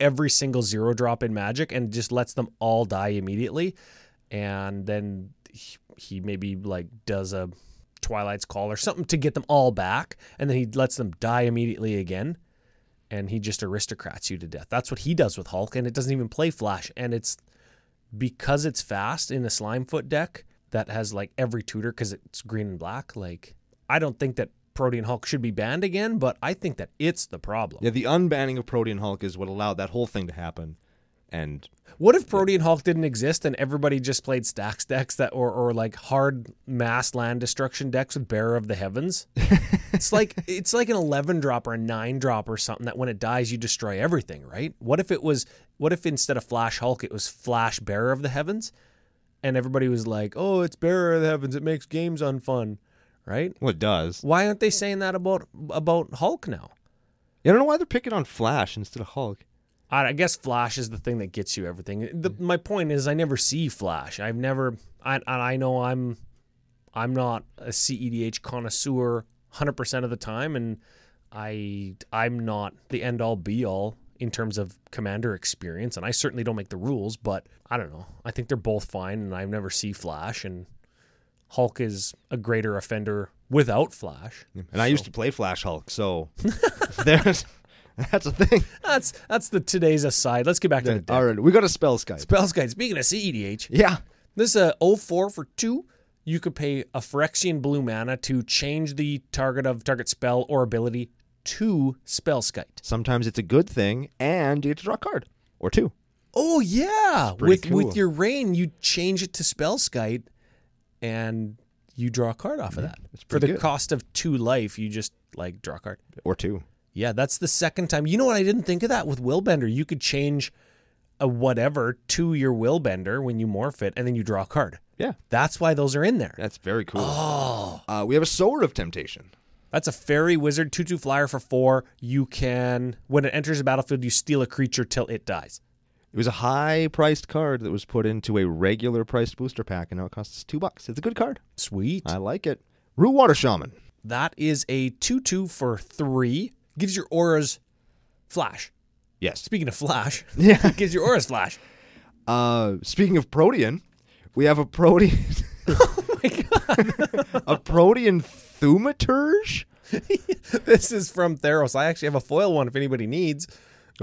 [SPEAKER 2] every single zero drop in Magic, and just lets them all die immediately, and then he, he maybe like does a Twilight's Call or something to get them all back, and then he lets them die immediately again. And he just aristocrats you to death. That's what he does with Hulk, and it doesn't even play Flash. And it's because it's fast in a slime foot deck that has like every tutor because it's green and black. Like I don't think that Protean Hulk should be banned again, but I think that it's the problem.
[SPEAKER 1] Yeah, the unbanning of Protean Hulk is what allowed that whole thing to happen. And
[SPEAKER 2] What if Protean Hulk didn't exist and everybody just played stacks decks that or or like hard mass land destruction decks with Bearer of the Heavens? it's like it's like an eleven drop or a nine drop or something that when it dies you destroy everything, right? What if it was what if instead of Flash Hulk it was Flash Bearer of the Heavens? And everybody was like, Oh, it's Bearer of the Heavens, it makes games unfun, right?
[SPEAKER 1] well, it does.
[SPEAKER 2] Why aren't they saying that about about Hulk now?
[SPEAKER 1] I don't know why they're picking on Flash instead of Hulk.
[SPEAKER 2] I I guess Flash is the thing that gets you everything. The, my point is, I never see Flash. I've never. I and I know I'm, I'm not a CEDH connoisseur 100 percent of the time, and I I'm not the end all be all in terms of commander experience, and I certainly don't make the rules. But I don't know. I think they're both fine, and I never see Flash, and Hulk is a greater offender without Flash.
[SPEAKER 1] And I used to play Flash Hulk, [laughs] so there's that's a thing.
[SPEAKER 2] That's that's the today's aside. Let's get back to the deck.
[SPEAKER 1] All right, we got a spell Skype.
[SPEAKER 2] Spells guide. Speaking of E CEDH.
[SPEAKER 1] yeah.
[SPEAKER 2] This is a 04 for two. You could pay a Phyrexian blue mana to change the target of target spell or ability to Spellskite.
[SPEAKER 1] Sometimes it's a good thing, and you get to draw a card or two.
[SPEAKER 2] Oh yeah,
[SPEAKER 1] pretty
[SPEAKER 2] with
[SPEAKER 1] cool.
[SPEAKER 2] with your rain, you change it to Spellskite, and you draw a card off of that. For
[SPEAKER 1] pretty
[SPEAKER 2] the
[SPEAKER 1] good.
[SPEAKER 2] cost of two life, you just like draw a card.
[SPEAKER 1] Or two.
[SPEAKER 2] Yeah, that's the second time. You know what? I didn't think of that with Willbender. You could change a whatever to your Willbender when you morph it, and then you draw a card.
[SPEAKER 1] Yeah.
[SPEAKER 2] That's why those are in there.
[SPEAKER 1] That's very cool. Uh, we have a Sword of Temptation.
[SPEAKER 2] That's a fairy wizard, 2 2 flyer for four. You can, when it enters the battlefield, you steal a creature till it dies.
[SPEAKER 1] It was a high priced card that was put into a regular priced booster pack, and now it costs two bucks. It's a good card.
[SPEAKER 2] Sweet.
[SPEAKER 1] I like it. Root Water Shaman.
[SPEAKER 2] That is a 2 2 for three. Gives your auras flash. [laughs]
[SPEAKER 1] Yes.
[SPEAKER 2] Speaking of flash,
[SPEAKER 1] Yeah.
[SPEAKER 2] gives your auras flash. [laughs]
[SPEAKER 1] Uh, speaking of Protean, we have a Protean. [laughs] oh my god. [laughs] a Protean Thaumaturge?
[SPEAKER 2] this is from Theros. I actually have a foil one if anybody needs.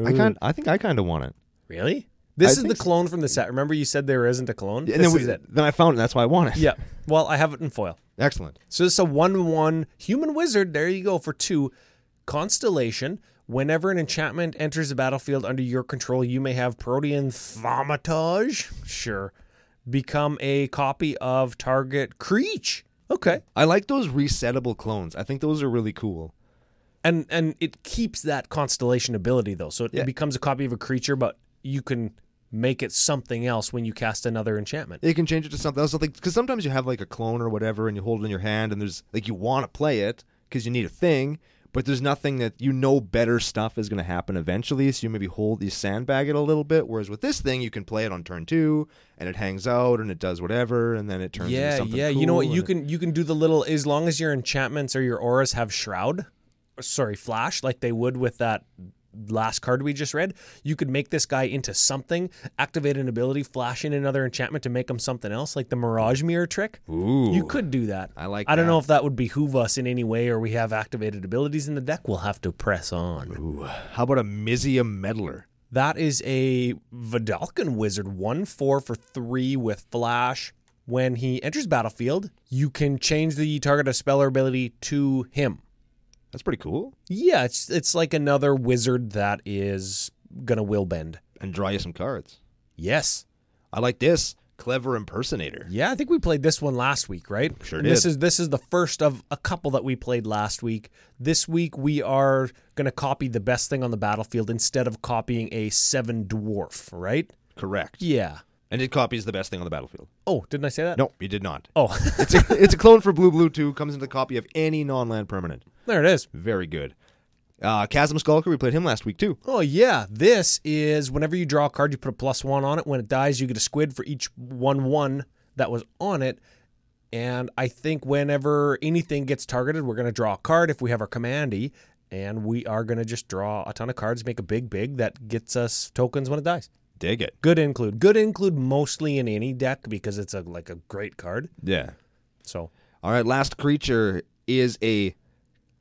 [SPEAKER 1] I kind I think I kind of want it.
[SPEAKER 2] Really? This
[SPEAKER 1] I
[SPEAKER 2] is
[SPEAKER 1] think
[SPEAKER 2] the clone from the set. Remember you said there isn't a clone?
[SPEAKER 1] And
[SPEAKER 2] this
[SPEAKER 1] then we,
[SPEAKER 2] is it.
[SPEAKER 1] then I found it. and That's why I want it.
[SPEAKER 2] Yeah. Well, I have it in foil.
[SPEAKER 1] Excellent.
[SPEAKER 2] So this is a one one human wizard. There you go for two. Constellation. Whenever an enchantment enters the battlefield under your control, you may have Protean Thaumatage. Sure. Become a copy of target Creech. Okay.
[SPEAKER 1] I like those resettable clones. I think those are really cool.
[SPEAKER 2] And and it keeps that constellation ability though. So it
[SPEAKER 1] Yeah.
[SPEAKER 2] becomes a copy of a creature, but you can make it something else when you cast another enchantment.
[SPEAKER 1] You can change it to something else. Something because sometimes you have like a clone or whatever, and you hold it in your hand, and there's like you want to play it because you need a thing, but there's nothing that you know better stuff is going to happen eventually. So you maybe hold you sandbag it a little bit. Whereas with this thing, you can play it on turn two, and it hangs out, and it does whatever, and then it turns into
[SPEAKER 2] yeah,
[SPEAKER 1] something.
[SPEAKER 2] yeah. you know what?
[SPEAKER 1] cool,
[SPEAKER 2] You
[SPEAKER 1] and it-
[SPEAKER 2] can you can do the little as long as your enchantments or your auras have shroud, or sorry, flash, like they would with that last card we just read. You could make this guy into something, activate an ability, flash in another enchantment to make him something else, like the mirage mirror trick.
[SPEAKER 1] Ooh,
[SPEAKER 2] You could do that.
[SPEAKER 1] I like
[SPEAKER 2] I don't
[SPEAKER 1] that.
[SPEAKER 2] know if that would behoove us in any way, or we have activated abilities in the deck. We'll have to press on.
[SPEAKER 1] Ooh. How about a Mizium meddler?
[SPEAKER 2] That is a Vidalcan Wizard, 1 4 for 3 with Flash. When he enters battlefield, you can change the target of spell or ability to him.
[SPEAKER 1] That's pretty cool.
[SPEAKER 2] Yeah, it's, it's like another wizard that is going to will bend.
[SPEAKER 1] And draw you some cards.
[SPEAKER 2] Yes.
[SPEAKER 1] I like this clever impersonator.
[SPEAKER 2] Yeah, I think we played this one last week, right?
[SPEAKER 1] Sure
[SPEAKER 2] And This
[SPEAKER 1] did.
[SPEAKER 2] is this is the first of a couple that we played last week. This week we are going to copy the best thing on the battlefield instead of copying a seven dwarf, right?
[SPEAKER 1] Correct.
[SPEAKER 2] Yeah.
[SPEAKER 1] And it copies the best thing on the battlefield.
[SPEAKER 2] Oh, didn't I say that?
[SPEAKER 1] No, you did not.
[SPEAKER 2] Oh, [laughs]
[SPEAKER 1] It's a, it's a clone for Blue Blue 2, comes into the copy of any non land permanent.
[SPEAKER 2] there it is.
[SPEAKER 1] Very good. Uh, Chasm Skulker, we played him last week too.
[SPEAKER 2] Oh yeah, this is whenever you draw a card, you put a plus one on it. When it dies, you get a squid for each one one that was on it. And I think whenever anything gets targeted, we're gonna draw a card if we have our commandy, and we are gonna just draw a ton of cards, make a big big that gets us tokens when it dies.
[SPEAKER 1] Dig it.
[SPEAKER 2] Good include, good include mostly in any deck because it's a like a great card.
[SPEAKER 1] Yeah.
[SPEAKER 2] So
[SPEAKER 1] All right, last creature is a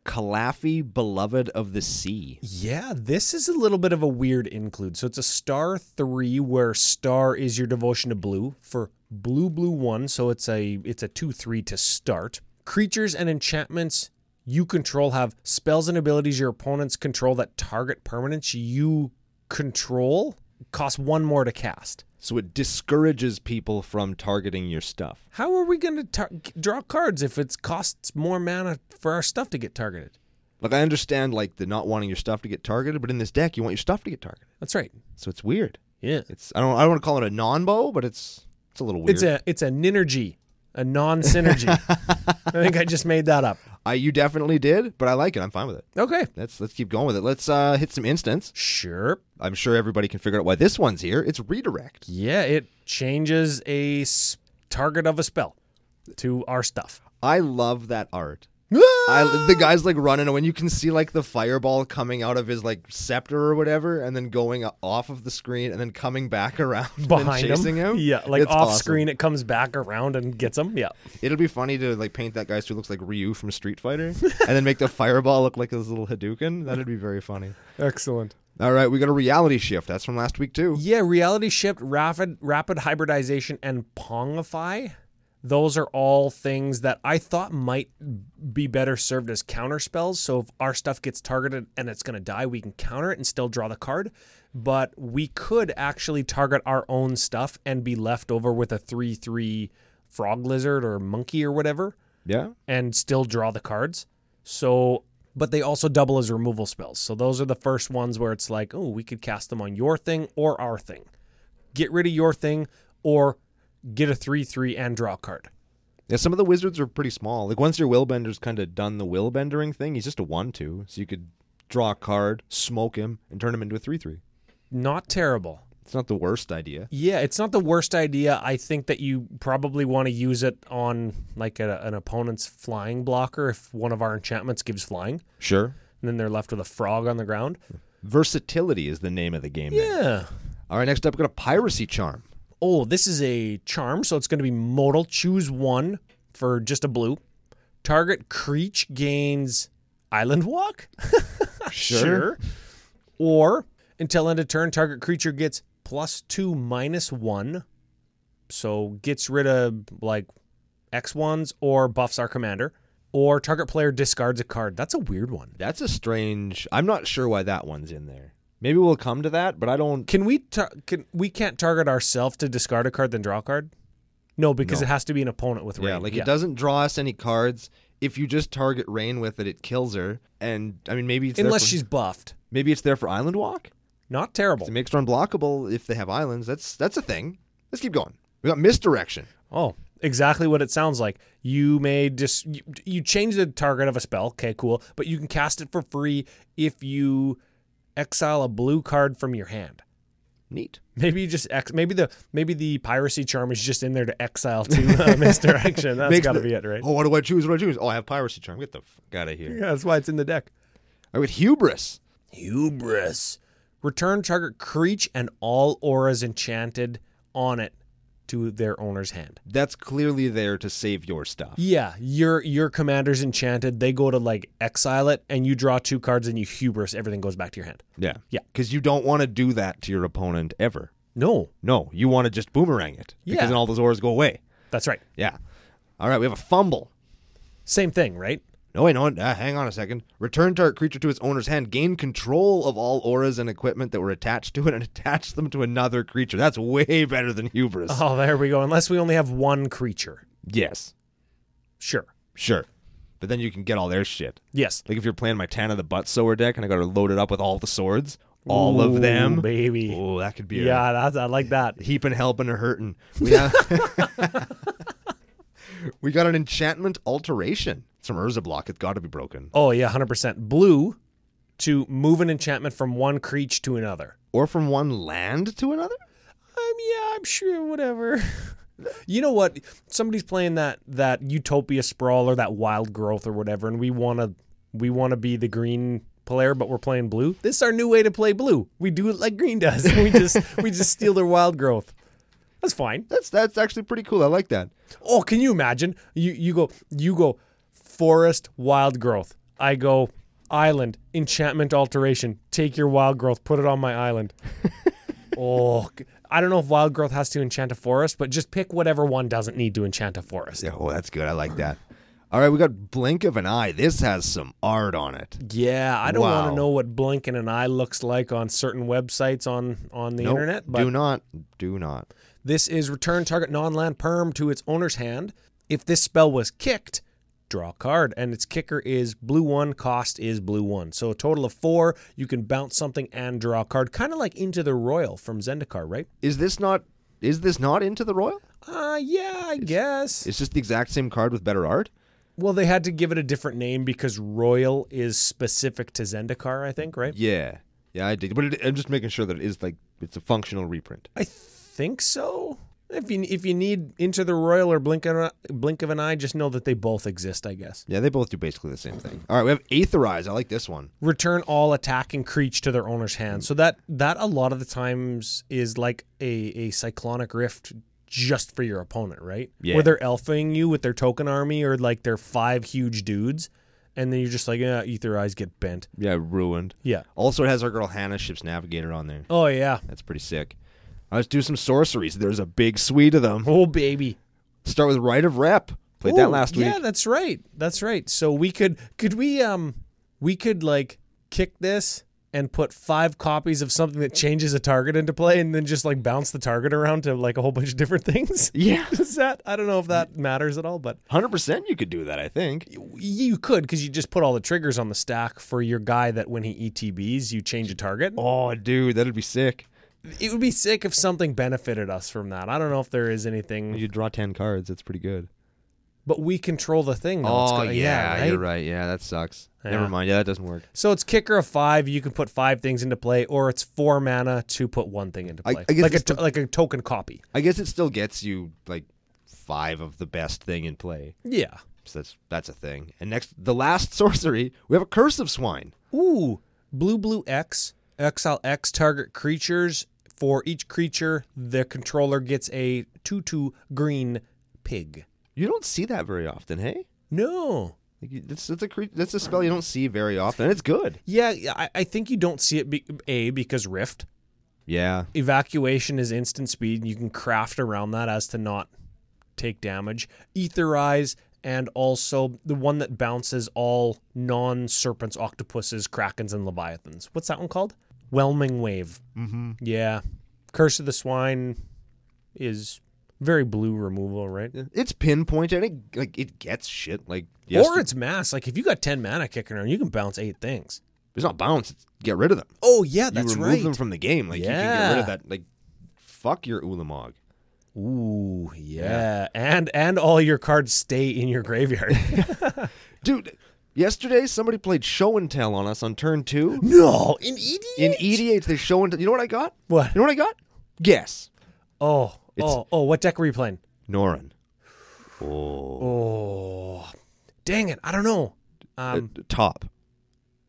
[SPEAKER 1] Calafi Beloved of the Sea.
[SPEAKER 2] Yeah, this is a little bit of a weird include. So it's a star three, where star is your devotion to blue for blue blue one. So it's a it's a two three to start. Creatures and enchantments you control have spells and abilities your opponents control that target permanents you control cost one more to cast.
[SPEAKER 1] So it discourages people from targeting your stuff.
[SPEAKER 2] How are we going to tar- draw cards if it costs more mana for our stuff to get targeted?
[SPEAKER 1] Like, I understand, like, the not wanting your stuff to get targeted, but in this deck, you want your stuff to get targeted.
[SPEAKER 2] That's right.
[SPEAKER 1] So it's weird.
[SPEAKER 2] Yeah.
[SPEAKER 1] It's I don't I don't want to call it a non-bow, but it's it's a little weird.
[SPEAKER 2] It's a it's a ninergy, a non synergy. I think I just made that up.
[SPEAKER 1] I you definitely did, but I like it. I'm fine with it.
[SPEAKER 2] Okay.
[SPEAKER 1] Let's let's keep going with it. Let's uh, hit some instants.
[SPEAKER 2] Sure.
[SPEAKER 1] I'm sure everybody can figure out why this one's here. It's redirect.
[SPEAKER 2] Yeah, it changes a s- target of a spell to our stuff.
[SPEAKER 1] I love that art. I, the guy's like running, and when you can see like the fireball coming out of his like scepter or whatever, and then going off of the screen and then coming back [laughs] around
[SPEAKER 2] behind
[SPEAKER 1] and chasing him.
[SPEAKER 2] Yeah, like
[SPEAKER 1] It's
[SPEAKER 2] off
[SPEAKER 1] awesome.
[SPEAKER 2] screen, it comes back around and gets him. Yeah.
[SPEAKER 1] It'll be funny to like paint that guy so he looks like Ryu from Street
[SPEAKER 2] [laughs]
[SPEAKER 1] Fighter, and then make the fireball look like his little Hadouken. That'd be very funny.
[SPEAKER 2] Excellent.
[SPEAKER 1] All right, we got a reality shift. That's from last week too.
[SPEAKER 2] Yeah, reality shift, rapid rapid hybridization, and pongify. Those are all things that I thought might be better served as counter spells. So if our stuff gets targeted and it's going to die, we can counter it and still draw the card. But we could actually target our own stuff and be left over with a 3 3 frog lizard or monkey or whatever
[SPEAKER 1] Yeah.
[SPEAKER 2] and still draw the cards. So, but they also double as removal spells. So those are the first ones where it's like, oh, we could cast them on your thing or our thing. Get rid of your thing or get a 3 3 and draw a card.
[SPEAKER 1] Yeah, some of the wizards are pretty small. Like once your willbender's kind of done the willbendering thing, he's just a one-two, so you could draw a card, smoke him, and turn him into a three-three.
[SPEAKER 2] Not terrible.
[SPEAKER 1] It's not the worst idea.
[SPEAKER 2] Yeah, it's not the worst idea. I think that you probably want to use it on like a, an opponent's flying blocker if one of our enchantments gives flying,
[SPEAKER 1] Sure.
[SPEAKER 2] and then they're left with a frog on the ground.
[SPEAKER 1] Versatility is the name of the game. there.
[SPEAKER 2] Yeah.
[SPEAKER 1] All right, next up, we got a piracy charm.
[SPEAKER 2] [laughs] oh, this is a charm, so it's going to be modal. Choose one for just a blue. Target Creech gains Island Walk. Or until end of turn, target creature gets plus two, minus one. So gets rid of like X ones or buffs our commander. or target player discards a card. That's a weird one.
[SPEAKER 1] That's a strange. I'm not sure why that one's in there. Maybe we'll come to that, but I don't.
[SPEAKER 2] Can we tar- can we can't target ourselves to discard a card then draw a card? No, because
[SPEAKER 1] No.
[SPEAKER 2] it has to be an opponent with
[SPEAKER 1] Yeah,
[SPEAKER 2] rain.
[SPEAKER 1] like it doesn't draw us any cards. If you just target Rain with it, it kills her. And I mean, maybe it's there
[SPEAKER 2] Unless
[SPEAKER 1] for-
[SPEAKER 2] she's buffed.
[SPEAKER 1] maybe it's there for Island Walk.
[SPEAKER 2] Not terrible.
[SPEAKER 1] It makes her unblockable if they have islands. That's that's a thing. Let's keep going. We got misdirection.
[SPEAKER 2] Oh, exactly what it sounds like. You may just you, you change the target of a spell. Okay, cool. But you can cast it for free if you exile a blue card from your hand.
[SPEAKER 1] Neat.
[SPEAKER 2] Maybe you just ex- maybe the maybe the piracy charm is just in there to exile to [laughs] uh, misdirection. That's
[SPEAKER 1] Makes
[SPEAKER 2] got to
[SPEAKER 1] the-
[SPEAKER 2] be it, right?
[SPEAKER 1] Oh, what do I choose? What do I choose? Oh, I have piracy charm. Get the fuck out of here.
[SPEAKER 2] Yeah, that's why it's in the deck.
[SPEAKER 1] I got hubris.
[SPEAKER 2] Hubris. Return target creature and all auras enchanted on it to their owner's hand.
[SPEAKER 1] That's clearly there to save your stuff.
[SPEAKER 2] Yeah, your your commander's enchanted. They go to like exile it, and you draw two cards, and you hubris. Everything goes back to your hand.
[SPEAKER 1] Yeah.
[SPEAKER 2] Yeah.
[SPEAKER 1] Because you don't want to do that to your opponent ever.
[SPEAKER 2] No,
[SPEAKER 1] No, you want to just boomerang it. Because
[SPEAKER 2] Yeah.
[SPEAKER 1] then all those auras go away.
[SPEAKER 2] that's right.
[SPEAKER 1] Yeah. All right, we have a fumble.
[SPEAKER 2] Same thing, right?
[SPEAKER 1] No, wait, no, uh, hang on a second. Return target creature to its owner's hand. Gain control of all auras and equipment that were attached to it and [laughs] attach them to another creature. That's way better than hubris.
[SPEAKER 2] Oh, there we go. Unless we only have one creature.
[SPEAKER 1] Yes,
[SPEAKER 2] Sure.
[SPEAKER 1] sure. But then you can get all their shit.
[SPEAKER 2] Yes.
[SPEAKER 1] Like if you're playing my Tana the Butt Sower deck and I got to load it up with all the swords, all of them.
[SPEAKER 2] Ooh, baby.
[SPEAKER 1] Oh, that could be a
[SPEAKER 2] Yeah, that's, I like that.
[SPEAKER 1] heaping helping or hurting. We, have- [laughs] we got an enchantment alteration. It's from Urza block. It's got to be broken.
[SPEAKER 2] Oh yeah, hundred percent. Blue to move an enchantment from one creature to another.
[SPEAKER 1] Or from one land to another?
[SPEAKER 2] Um, yeah, I'm sure. Whatever. [laughs] you know what? Somebody's playing that that Utopia Sprawl or that Wild Growth or whatever, and we want to we want to be the green player, but we're playing blue. This is our new way to play blue. We do it like green does. [laughs] We just we just steal their Wild Growth. That's fine.
[SPEAKER 1] That's that's actually pretty cool. I like that.
[SPEAKER 2] Oh, can you imagine? You you go you go forest wild growth. I go island enchantment alteration. Take your wild growth, put it on my [laughs] island. oh, g- I don't know if wild growth has to enchant a forest, but just pick whatever one doesn't need to enchant a forest.
[SPEAKER 1] Yeah, oh, that's good. I like that. All right, we got blink of an eye. This has some art on it.
[SPEAKER 2] Yeah, I don't want
[SPEAKER 1] Wow.
[SPEAKER 2] to know what blinking an eye looks like on certain websites on on the
[SPEAKER 1] Nope,
[SPEAKER 2] internet, but
[SPEAKER 1] do not, do not.
[SPEAKER 2] This is return target non-land perm to its owner's hand. If this spell was kicked, draw a card, and its kicker is blue one, cost is blue one. So a total of four. You can bounce something and draw a card, kind of like Into the Royal from Zendikar, right?
[SPEAKER 1] Is this not? Is this not into the royal?
[SPEAKER 2] Uh, yeah, I guess.
[SPEAKER 1] It's just the exact same card with better art.
[SPEAKER 2] Well, they had to give it a different name because Royal is specific to Zendikar, I think, right?
[SPEAKER 1] Yeah, yeah, I did. But it, I'm just making sure that it is like it's a functional reprint.
[SPEAKER 2] I think so. If you if you need Into the Royal or Blink of, a- Blink of an Eye, just know that they both exist, I guess.
[SPEAKER 1] Yeah, they both do basically the same thing. All right, we have Aetherize. I like this one.
[SPEAKER 2] return all attacking creature to their owner's hand. So that that a lot of the times is like a a cyclonic rift just for your opponent, right?
[SPEAKER 1] Yeah.
[SPEAKER 2] Where they're elfing you with their token army or like their five huge dudes, and then you're just like, yeah, ether eyes get bent.
[SPEAKER 1] Yeah, ruined.
[SPEAKER 2] Yeah.
[SPEAKER 1] Also, it has our girl Hannah Ship's Navigator on there.
[SPEAKER 2] Oh yeah.
[SPEAKER 1] That's pretty sick. All right, let's do some sorceries. There's a big suite of them.
[SPEAKER 2] Oh baby.
[SPEAKER 1] Start with Right of Rep. Played that
[SPEAKER 2] Ooh,
[SPEAKER 1] last
[SPEAKER 2] Yeah,
[SPEAKER 1] week.
[SPEAKER 2] that's right. That's right. So we could could we um we could like kick this and put five copies of something that changes a target into play and then just like bounce the target around to like a whole bunch of different [laughs] things.
[SPEAKER 1] Yeah.
[SPEAKER 2] Is that I don't know if that matters at all, but
[SPEAKER 1] [laughs] Hundred percent, you could do that. I think.
[SPEAKER 2] you could because you just put all the triggers on the stack for your guy that when he ETBs, you change a target.
[SPEAKER 1] Oh, dude, that'd be sick.
[SPEAKER 2] It would be sick if something benefited us from that. I don't know if there is anything,
[SPEAKER 1] You draw ten cards. That's pretty good.
[SPEAKER 2] but we control the thing. Though. It's
[SPEAKER 1] Oh
[SPEAKER 2] go-
[SPEAKER 1] yeah,
[SPEAKER 2] right?
[SPEAKER 1] you're right. Yeah, that sucks. Never
[SPEAKER 2] Yeah.
[SPEAKER 1] mind. Yeah, that doesn't work.
[SPEAKER 2] So it's kicker of five. You can put five things into play, or it's four mana to put one thing into
[SPEAKER 1] I-
[SPEAKER 2] play,
[SPEAKER 1] I guess
[SPEAKER 2] like a
[SPEAKER 1] it's
[SPEAKER 2] to- like a token copy.
[SPEAKER 1] I guess it still gets you like five of the best thing in play.
[SPEAKER 2] Yeah.
[SPEAKER 1] So that's that's a thing. And next, the last [laughs] sorcery, we have a curse of swine.
[SPEAKER 2] Ooh, blue blue X exile X target creatures. For each creature, the controller gets a two two green pig.
[SPEAKER 1] You don't see that very often, hey?
[SPEAKER 2] No.
[SPEAKER 1] Like, you- That's that's a cre- that's a spell you don't see very often. and It's good.
[SPEAKER 2] Yeah, I, I think you don't see it. Be, a because rift
[SPEAKER 1] Yeah,
[SPEAKER 2] evacuation is instant speed, and you can craft around that as to not take damage. Etherize and also the one that bounces all non serpents, octopuses, krakens, and leviathans. What's that one called? Whelming Wave.
[SPEAKER 1] Mm-hmm.
[SPEAKER 2] Yeah. Curse of the Swine is very blue removal, right?
[SPEAKER 1] It's pinpointed. It like it gets shit. Like
[SPEAKER 2] Or
[SPEAKER 1] yes,
[SPEAKER 2] it's mass. Like if you got 10 mana kicking around, you can bounce eight things.
[SPEAKER 1] it's not bounce. It's get rid of them.
[SPEAKER 2] Oh, yeah,
[SPEAKER 1] You remove them from the game. Like you can get rid
[SPEAKER 2] Yeah.
[SPEAKER 1] of that. Like fuck your Ulamog.
[SPEAKER 2] Ooh, yeah. And and all your cards stay in your graveyard.
[SPEAKER 1] Dude, yesterday somebody played show and tell on us on turn two.
[SPEAKER 2] no, in E ED?
[SPEAKER 1] In EDH, they show and tell. You know what I got?
[SPEAKER 2] What?
[SPEAKER 1] You know what I got? Guess.
[SPEAKER 2] Oh, oh, oh, what deck were you playing?
[SPEAKER 1] Norin. Oh.
[SPEAKER 2] Oh, dang it. I don't know. Um,
[SPEAKER 1] A- a top.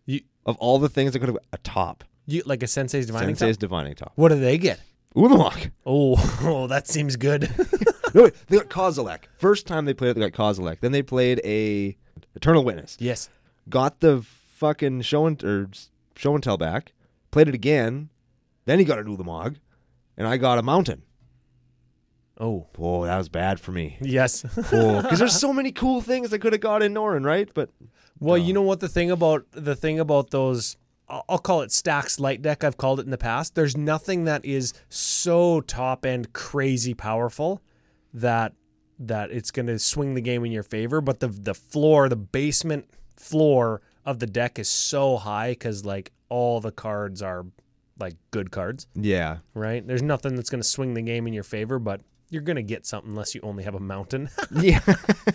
[SPEAKER 2] you,
[SPEAKER 1] Of all the things that could have a top.
[SPEAKER 2] you like a Sensei's Divining
[SPEAKER 1] Sensei's
[SPEAKER 2] Sensei's...
[SPEAKER 1] Divining Top.
[SPEAKER 2] What do they get?
[SPEAKER 1] Ulamog. [laughs]
[SPEAKER 2] Oh, [laughs] oh, that seems [laughs] good.
[SPEAKER 1] no, wait, they got Kozilek. First time they played it, they got Kozilek. Then they played a Eternal Witness.
[SPEAKER 2] yes.
[SPEAKER 1] Got the fucking show and or s- show and tell back. Played it again. Then he got an Ulamog, and I got a Mountain.
[SPEAKER 2] Oh,
[SPEAKER 1] Boy, that was bad for me.
[SPEAKER 2] yes. [laughs]
[SPEAKER 1] Because there's so many cool things I could have got in Norin, right? But
[SPEAKER 2] Well, you know what the thing about the thing about those I'll I'll call it stacks light deck. I've called it in the past. There's nothing that is so top end crazy powerful that that it's going to swing the game in your favor. But the the floor, the basement floor of the deck is so high because like all the cards are like good cards,
[SPEAKER 1] yeah,
[SPEAKER 2] right? There's nothing that's going to swing the game in your favor, but you're going to get something unless you only have a mountain. [laughs]
[SPEAKER 1] yeah. [laughs]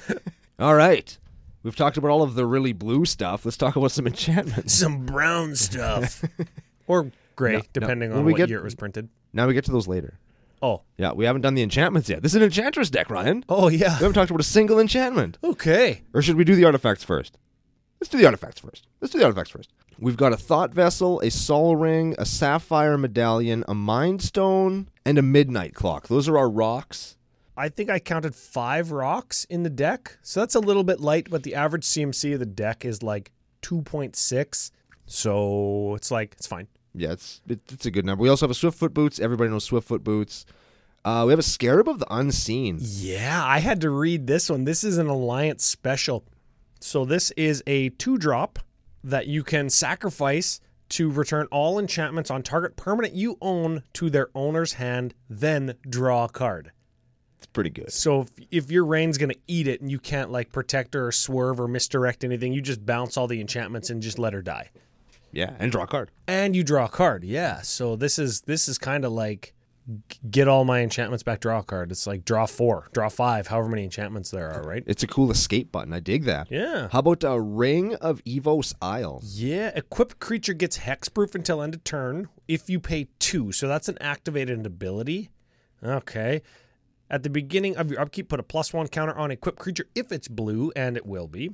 [SPEAKER 1] all right, we've talked about all of the really blue stuff. Let's talk about some enchantments.
[SPEAKER 2] some brown stuff [laughs] or gray, depending
[SPEAKER 1] When
[SPEAKER 2] on
[SPEAKER 1] we
[SPEAKER 2] what
[SPEAKER 1] get-
[SPEAKER 2] year it was printed.
[SPEAKER 1] Now we get to those later.
[SPEAKER 2] Oh,
[SPEAKER 1] Yeah, we haven't done the enchantments yet. This is an enchantress deck, Ryan.
[SPEAKER 2] oh
[SPEAKER 1] We
[SPEAKER 2] yeah.
[SPEAKER 1] haven't talked about a single enchantment.
[SPEAKER 2] [laughs] Okay.
[SPEAKER 1] Or should we do the artifacts first? Let's do the artifacts first. Let's do the artifacts first. We've got a thought vessel, a soul ring, a sapphire medallion, a mind stone, and a midnight clock. Those are our rocks.
[SPEAKER 2] I think I counted five rocks in the deck, so that's a little bit light. But the average CMC of the deck is like two point six, so it's like it's fine.
[SPEAKER 1] Yeah, it's it, it's a good number. We also have a Swiftfoot boots. Everybody knows Swiftfoot boots. Uh, we have a Scarab of the Unseen.
[SPEAKER 2] Yeah, I had to read this one. This is an alliance special. So this is a two drop that you can sacrifice to return all enchantments on target permanent you own to their owner's hand, then draw a card.
[SPEAKER 1] It's pretty good.
[SPEAKER 2] So if, if your rain's gonna eat it and you can't like protect her or swerve or misdirect anything, you just bounce all the enchantments and just let her die.
[SPEAKER 1] Yeah, and draw a card.
[SPEAKER 2] And you draw a card, yeah. So this is this is kind of like g- get all my enchantments back, draw a card. It's like draw four, draw five, however many enchantments there are, right?
[SPEAKER 1] It's a cool escape button. I dig that.
[SPEAKER 2] Yeah.
[SPEAKER 1] How about a Ring of Evos Isle?
[SPEAKER 2] Yeah, equipped creature gets hexproof until end of turn if you pay two. So that's an activated ability. Okay. At the beginning of your upkeep, put a plus one counter on equipped creature if it's blue, and it will be.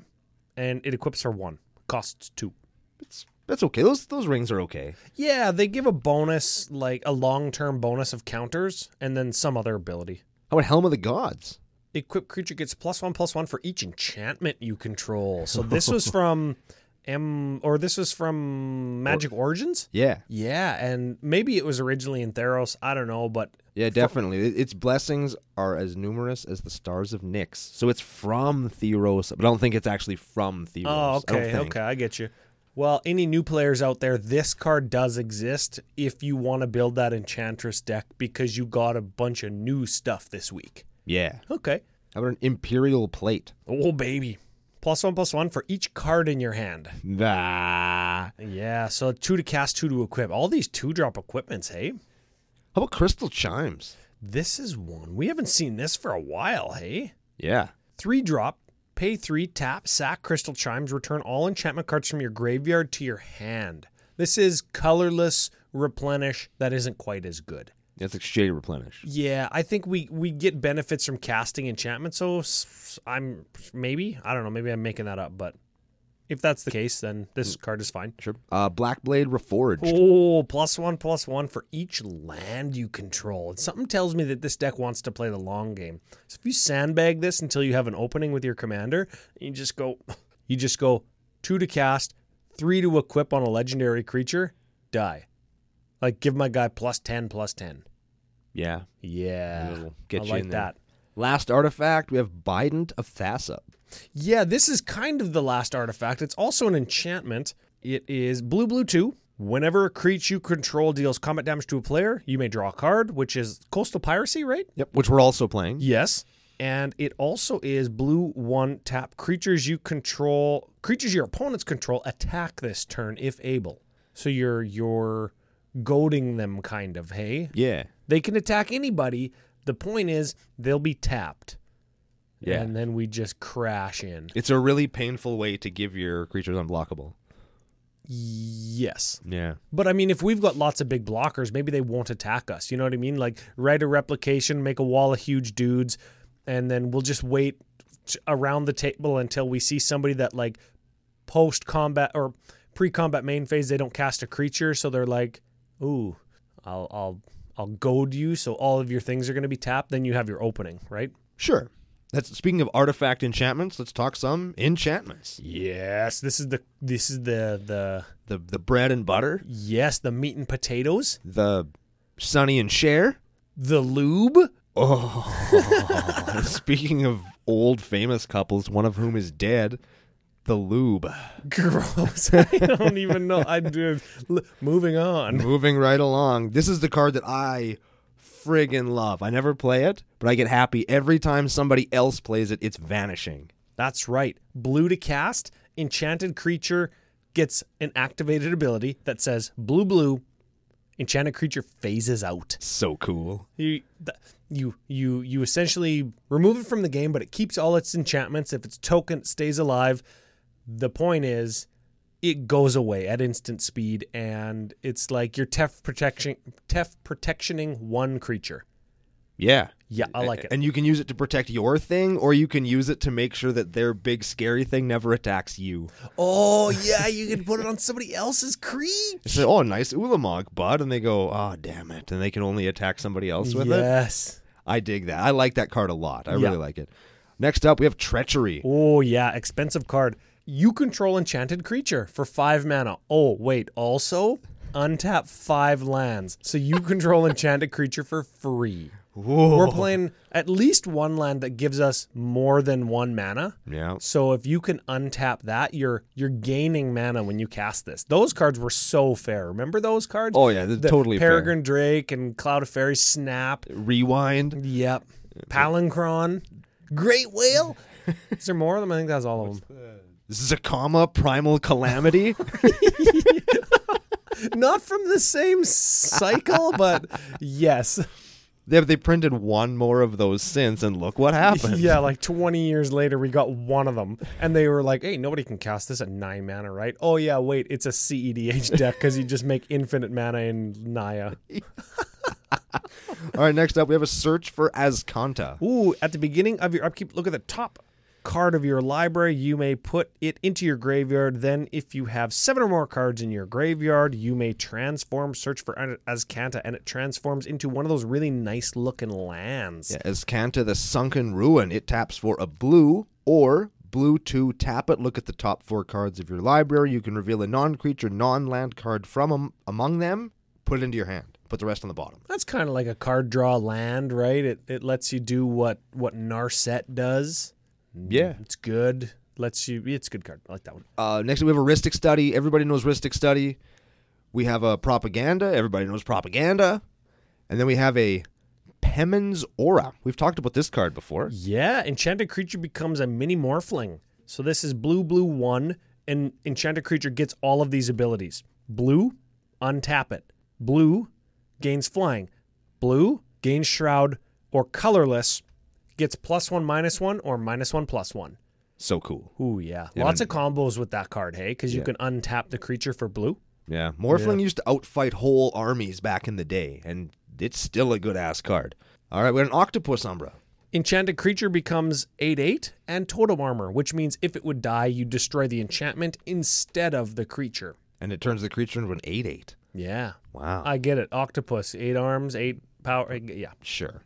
[SPEAKER 2] And it equips for one, costs two.
[SPEAKER 1] It's, that's okay. Those those rings are okay.
[SPEAKER 2] Yeah, they give a bonus, like a long term bonus of counters, and then some other ability.
[SPEAKER 1] How about Helm of the Gods?
[SPEAKER 2] Equipped creature gets plus one plus one for each enchantment you control. So this was from M, or this was from Magic Origins?
[SPEAKER 1] Yeah,
[SPEAKER 2] Yeah, and maybe it was originally in Theros. I don't know, but
[SPEAKER 1] yeah, definitely. It- its blessings are as numerous as the stars of Nyx. So it's from Theros, but I don't think it's actually from Theros.
[SPEAKER 2] oh,
[SPEAKER 1] I don't
[SPEAKER 2] okay,
[SPEAKER 1] think.
[SPEAKER 2] okay, I get you. Well, any new players out there, this card does exist if you want to build that Enchantress deck because you got a bunch of new stuff this week.
[SPEAKER 1] Yeah.
[SPEAKER 2] Okay.
[SPEAKER 1] How about an Imperial Plate?
[SPEAKER 2] Oh, baby. Plus one, plus one for each card in your hand.
[SPEAKER 1] Nah.
[SPEAKER 2] Yeah, so two to cast, two to equip. All these two drop equipments, hey?
[SPEAKER 1] How about Crystal Chimes?
[SPEAKER 2] This is one. We haven't seen this for a while, hey?
[SPEAKER 1] Yeah.
[SPEAKER 2] Three drop, pay three, tap, sack crystal chimes, return all enchantment cards from your graveyard to your hand. This is colorless replenish that isn't quite as good.
[SPEAKER 1] That's like shitty replenish.
[SPEAKER 2] Yeah, I think we we get benefits from casting enchantment, so s- I'm maybe I don't know, maybe I'm making that up, but if that's the case, then this card is fine.
[SPEAKER 1] Sure. Uh, Black Blade Reforged.
[SPEAKER 2] Oh, plus one, plus one for each land you control. And something tells me that this deck wants to play the long game. So if you sandbag this until you have an opening with your commander, you just go, [laughs] you just go two to cast, three to equip on a legendary creature, die. Like give my guy plus ten, plus ten.
[SPEAKER 1] Yeah.
[SPEAKER 2] Yeah,
[SPEAKER 1] It'll get
[SPEAKER 2] I
[SPEAKER 1] you
[SPEAKER 2] like
[SPEAKER 1] in there.
[SPEAKER 2] that.
[SPEAKER 1] Last artifact, we have Bident of Thassa.
[SPEAKER 2] Yeah, this is kind of the last artifact. It's also an enchantment. It is blue, blue, two. Whenever a creature you control deals combat damage to a player, you may draw a card, which is Coastal Piracy, right?
[SPEAKER 1] Yep, which we're also playing.
[SPEAKER 2] Yes. And it also is blue one tap creatures you control creatures your opponents control attack this turn if able. So you're you're goading them kind of, hey?
[SPEAKER 1] Yeah.
[SPEAKER 2] They can attack anybody. The point is they'll be tapped. And then we just crash in.
[SPEAKER 1] It's a really painful way to give your creatures unblockable.
[SPEAKER 2] Yes.
[SPEAKER 1] Yeah.
[SPEAKER 2] But I mean, if we've got lots of big blockers, maybe they won't attack us. You know what I mean? Like, write a replication, make a wall of huge dudes, and then we'll just wait t- around the table until we see somebody that, like, post combat or pre combat main phase, they don't cast a creature. So they're like, ooh, I'll, I'll, I'll goad you. So all of your things are going to be tapped. Then you have your opening, right?
[SPEAKER 1] Sure. That's speaking of artifact enchantments, let's talk some enchantments.
[SPEAKER 2] Yes. This is the, this is the, the,
[SPEAKER 1] The the bread and butter,
[SPEAKER 2] yes, the meat and potatoes,
[SPEAKER 1] the Sunny and
[SPEAKER 2] [laughs]
[SPEAKER 1] Share.
[SPEAKER 2] the lube.
[SPEAKER 1] Oh. speaking of old famous couples, one of whom is dead, the lube.
[SPEAKER 2] Gross. [laughs] I don't even know. I do. L- Moving on.
[SPEAKER 1] Moving right along. This is the card that I friggin' love. I never play it, but I get happy every time somebody else plays it. It's vanishing.
[SPEAKER 2] That's right. Blue to cast. Enchanted creature gets an activated ability that says blue, blue. Enchanted creature phases out.
[SPEAKER 1] So cool.
[SPEAKER 2] You, th- you, you, you essentially remove it from the game, but it keeps all its enchantments. If its token it stays alive, the point is it goes away at instant speed, and it's like you're tef protection, tef protectioning one creature.
[SPEAKER 1] Yeah.
[SPEAKER 2] Yeah, I like it.
[SPEAKER 1] And you can use it to protect your thing, or you can use it to make sure that their big scary thing never attacks you.
[SPEAKER 2] [laughs] Oh yeah, you can put it on somebody else's creep.
[SPEAKER 1] It's like, oh, nice Ulamog, bud. And they go, oh, damn it. And they can only attack somebody else with it.
[SPEAKER 2] yes.
[SPEAKER 1] I dig that. I like that card a lot. I
[SPEAKER 2] Yeah.
[SPEAKER 1] really like it. Next up, we have Treachery.
[SPEAKER 2] Oh yeah, expensive card. You control enchanted creature for five mana. Oh wait, also untap five lands, so [laughs] you control enchanted creature for free. We're playing at least one land that gives us more than one mana.
[SPEAKER 1] Yeah.
[SPEAKER 2] So if you can untap that, you're you're gaining mana when you cast this. Those cards were so fair. Remember those cards?
[SPEAKER 1] Oh, yeah, they're
[SPEAKER 2] The
[SPEAKER 1] totally fair.
[SPEAKER 2] Peregrine Drake and Cloud of Fairy Snap.
[SPEAKER 1] Rewind.
[SPEAKER 2] Yep. Palancron. Great whale. Is there more of them? I think that's all of them.
[SPEAKER 1] Zakama Primal
[SPEAKER 2] [laughs]
[SPEAKER 1] Calamity.
[SPEAKER 2] Not from the same cycle, but yes.
[SPEAKER 1] they, they printed one more of those since, and look what happened.
[SPEAKER 2] [laughs] Yeah, like 20 years later, we got one of them. And they were like, hey, nobody can cast this at nine mana, right? Oh, yeah, wait, it's a CEDH deck because you just make infinite mana in Naya.
[SPEAKER 1] All right, next up, we have a search for Azkanta.
[SPEAKER 2] Ooh, at the beginning of your upkeep, look at the top card of your library. You may put it into your graveyard. Then, if you have seven or more cards in your graveyard, you may transform, search for An- Azcanta, and it transforms into one of those really nice looking lands.
[SPEAKER 1] Yeah, Azkanta, the Sunken Ruin. It taps for a blue or blue two. Tap it. Look at the top four cards of your library. You can reveal a non creature, non land card from am- among them. Put it into your hand. Put the rest on the bottom.
[SPEAKER 2] That's kind of like a card draw land, right? It, it lets you do what, what Narset does.
[SPEAKER 1] Yeah.
[SPEAKER 2] It's good. Lets you, it's a good card. I like that one.
[SPEAKER 1] Uh, next, we have a Ristic Study. Everybody knows Ristic Study. We have a Propaganda. Everybody knows Propaganda. And then we have a Pemen's Aura. We've talked about this card before.
[SPEAKER 2] Yeah, enchanted creature becomes a mini morphling. So this is blue, blue one, and enchanted creature gets all of these abilities. Blue, untap it. Blue gains flying. Blue gains shroud or colorless, gets plus one, minus one, or minus one, plus one.
[SPEAKER 1] So cool.
[SPEAKER 2] Ooh, yeah. Lots of combos with that card, hey? Because you can untap the creature for blue.
[SPEAKER 1] Yeah. Morphling used to outfight whole armies back in the day, and it's still a good ass card. All right, we had an Octopus Umbra.
[SPEAKER 2] Enchanted creature becomes 8 8 and totem armor, which means if it would die, you destroy the enchantment instead of the creature.
[SPEAKER 1] And it turns the creature into an 8 8.
[SPEAKER 2] Yeah.
[SPEAKER 1] Wow.
[SPEAKER 2] I get it. Octopus, eight arms, eight power. eh, Yeah.
[SPEAKER 1] sure.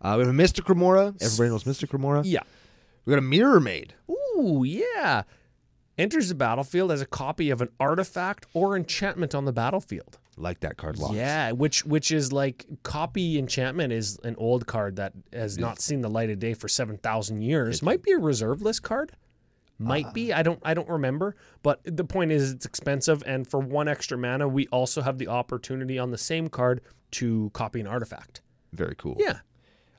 [SPEAKER 1] Uh, we have a Mystic Remora. Everybody knows Mystic Remora.
[SPEAKER 2] Yeah.
[SPEAKER 1] We got a Mirror Maid.
[SPEAKER 2] Ooh, yeah. Enters the battlefield as a copy of an artifact or enchantment on the battlefield.
[SPEAKER 1] Like that card lots.
[SPEAKER 2] Yeah, which which is like copy enchantment is an old card that has not seen the light of day for seven thousand years. Might be a reserve list card. Might be. I don't I don't remember. But the point is it's expensive and for one extra mana we also have the opportunity on the same card to copy an artifact.
[SPEAKER 1] Very cool.
[SPEAKER 2] Yeah.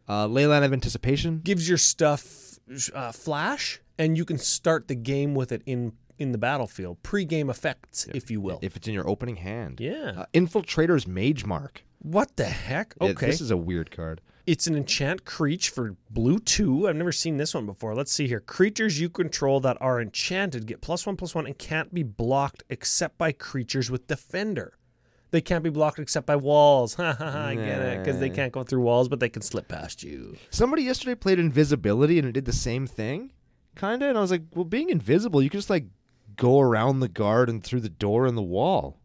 [SPEAKER 1] Uh, Leyline of Anticipation.
[SPEAKER 2] Gives your stuff uh, flash and you can start the game with it in in the battlefield. Pre-game effects, if you will.
[SPEAKER 1] If it's in your opening hand.
[SPEAKER 2] yeah.
[SPEAKER 1] Uh, Infiltrator's Mage Mark.
[SPEAKER 2] what the heck?
[SPEAKER 1] Yeah,
[SPEAKER 2] Okay.
[SPEAKER 1] this is a weird card.
[SPEAKER 2] It's an enchant creature for blue two. I've never seen this one before. Let's see here. Creatures you control that are enchanted get plus one plus one and can't be blocked except by creatures with defender. They can't be blocked except by walls. [laughs] Ha ha ha! I get it because they can't go through walls, but they can slip past you.
[SPEAKER 1] Somebody yesterday played Invisibility and it did the same thing, kinda. And I was like, well, being invisible, you can just like go around the guard and through the door and the wall.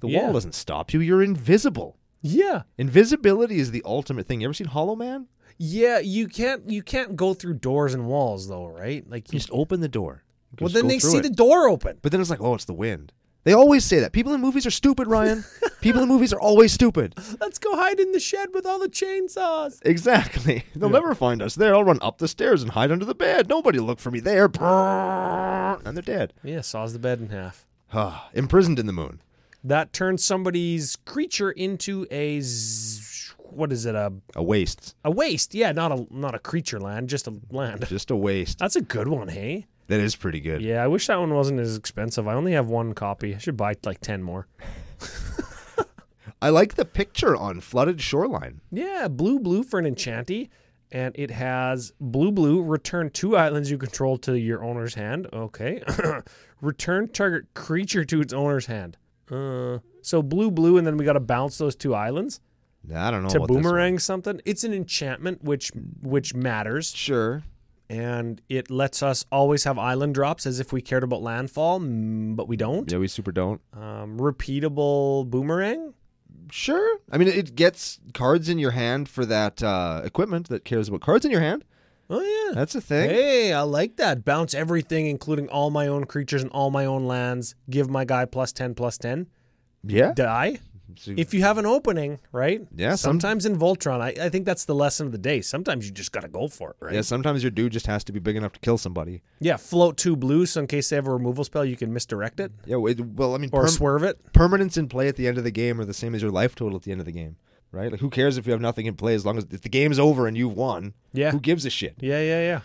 [SPEAKER 1] The
[SPEAKER 2] Yeah.
[SPEAKER 1] wall doesn't stop you. You're invisible.
[SPEAKER 2] Yeah,
[SPEAKER 1] Invisibility is the ultimate thing. You ever seen Hollow Man?
[SPEAKER 2] yeah. You can't you can't go through doors and walls though, right? Like
[SPEAKER 1] You
[SPEAKER 2] you,
[SPEAKER 1] just open the door. You can
[SPEAKER 2] well,
[SPEAKER 1] just
[SPEAKER 2] then
[SPEAKER 1] go
[SPEAKER 2] they
[SPEAKER 1] through
[SPEAKER 2] see
[SPEAKER 1] it.
[SPEAKER 2] the door open.
[SPEAKER 1] But then it's like, oh, it's the wind. They always say that. People in movies are stupid,
[SPEAKER 2] [laughs]
[SPEAKER 1] Ryan. People in movies are always stupid.
[SPEAKER 2] Let's go hide in the shed with all the chainsaws.
[SPEAKER 1] Exactly. [laughs] They'll never find us there. I'll run up the stairs and hide under the bed. Nobody look for me
[SPEAKER 2] [laughs]
[SPEAKER 1] there. And they're dead. [sighs]
[SPEAKER 2] Yeah, saws the bed in half.
[SPEAKER 1] Ah, imprisoned in the moon.
[SPEAKER 2] that turns somebody's creature into a z- what is it a
[SPEAKER 1] A waste.
[SPEAKER 2] a waste yeah not a not a creature land just a land [laughs]
[SPEAKER 1] Just a waste.
[SPEAKER 2] that's a good one hey
[SPEAKER 1] That is pretty good.
[SPEAKER 2] yeah i wish that one wasn't as expensive i only have one copy i should buy like 10 more
[SPEAKER 1] I like the picture on Flooded Shoreline.
[SPEAKER 2] yeah blue blue for an enchanty and it has blue blue return two islands you control to your owner's hand okay [coughs] return target creature to its owner's hand uh, so blue blue and then we got to bounce those two islands
[SPEAKER 1] I don't know.
[SPEAKER 2] to
[SPEAKER 1] what this one-
[SPEAKER 2] boomerang something. It's an enchantment which which matters,
[SPEAKER 1] Sure.
[SPEAKER 2] and it lets us always have island drops as if we cared about landfall, mm, but we don't.
[SPEAKER 1] Yeah, we super don't.
[SPEAKER 2] Um, repeatable boomerang.
[SPEAKER 1] Sure. I mean, it gets cards in your hand for that uh, equipment that cares about cards in your hand.
[SPEAKER 2] Oh yeah.
[SPEAKER 1] That's a thing.
[SPEAKER 2] Hey, I like that. Bounce everything, including all my own creatures and all my own lands. Give my guy plus ten, plus ten.
[SPEAKER 1] Yeah.
[SPEAKER 2] Die
[SPEAKER 1] So-
[SPEAKER 2] if you have an opening, right?
[SPEAKER 1] Yeah, some-
[SPEAKER 2] Sometimes in Voltron, I, I think that's the lesson of the day. Sometimes you just gotta go for it, right?
[SPEAKER 1] Yeah, sometimes your dude just has to be big enough to kill somebody.
[SPEAKER 2] Yeah. Float two blue, so in case they have a removal spell, you can misdirect it.
[SPEAKER 1] Yeah, well, it, well I mean,
[SPEAKER 2] or
[SPEAKER 1] perm-
[SPEAKER 2] swerve it.
[SPEAKER 1] permanents in play at the end of the game are the same as your life total at the end of the game, right? Like, who cares if you have nothing in play as long as if the game's over and you've won?
[SPEAKER 2] Yeah.
[SPEAKER 1] Who gives a shit?
[SPEAKER 2] Yeah, yeah, yeah.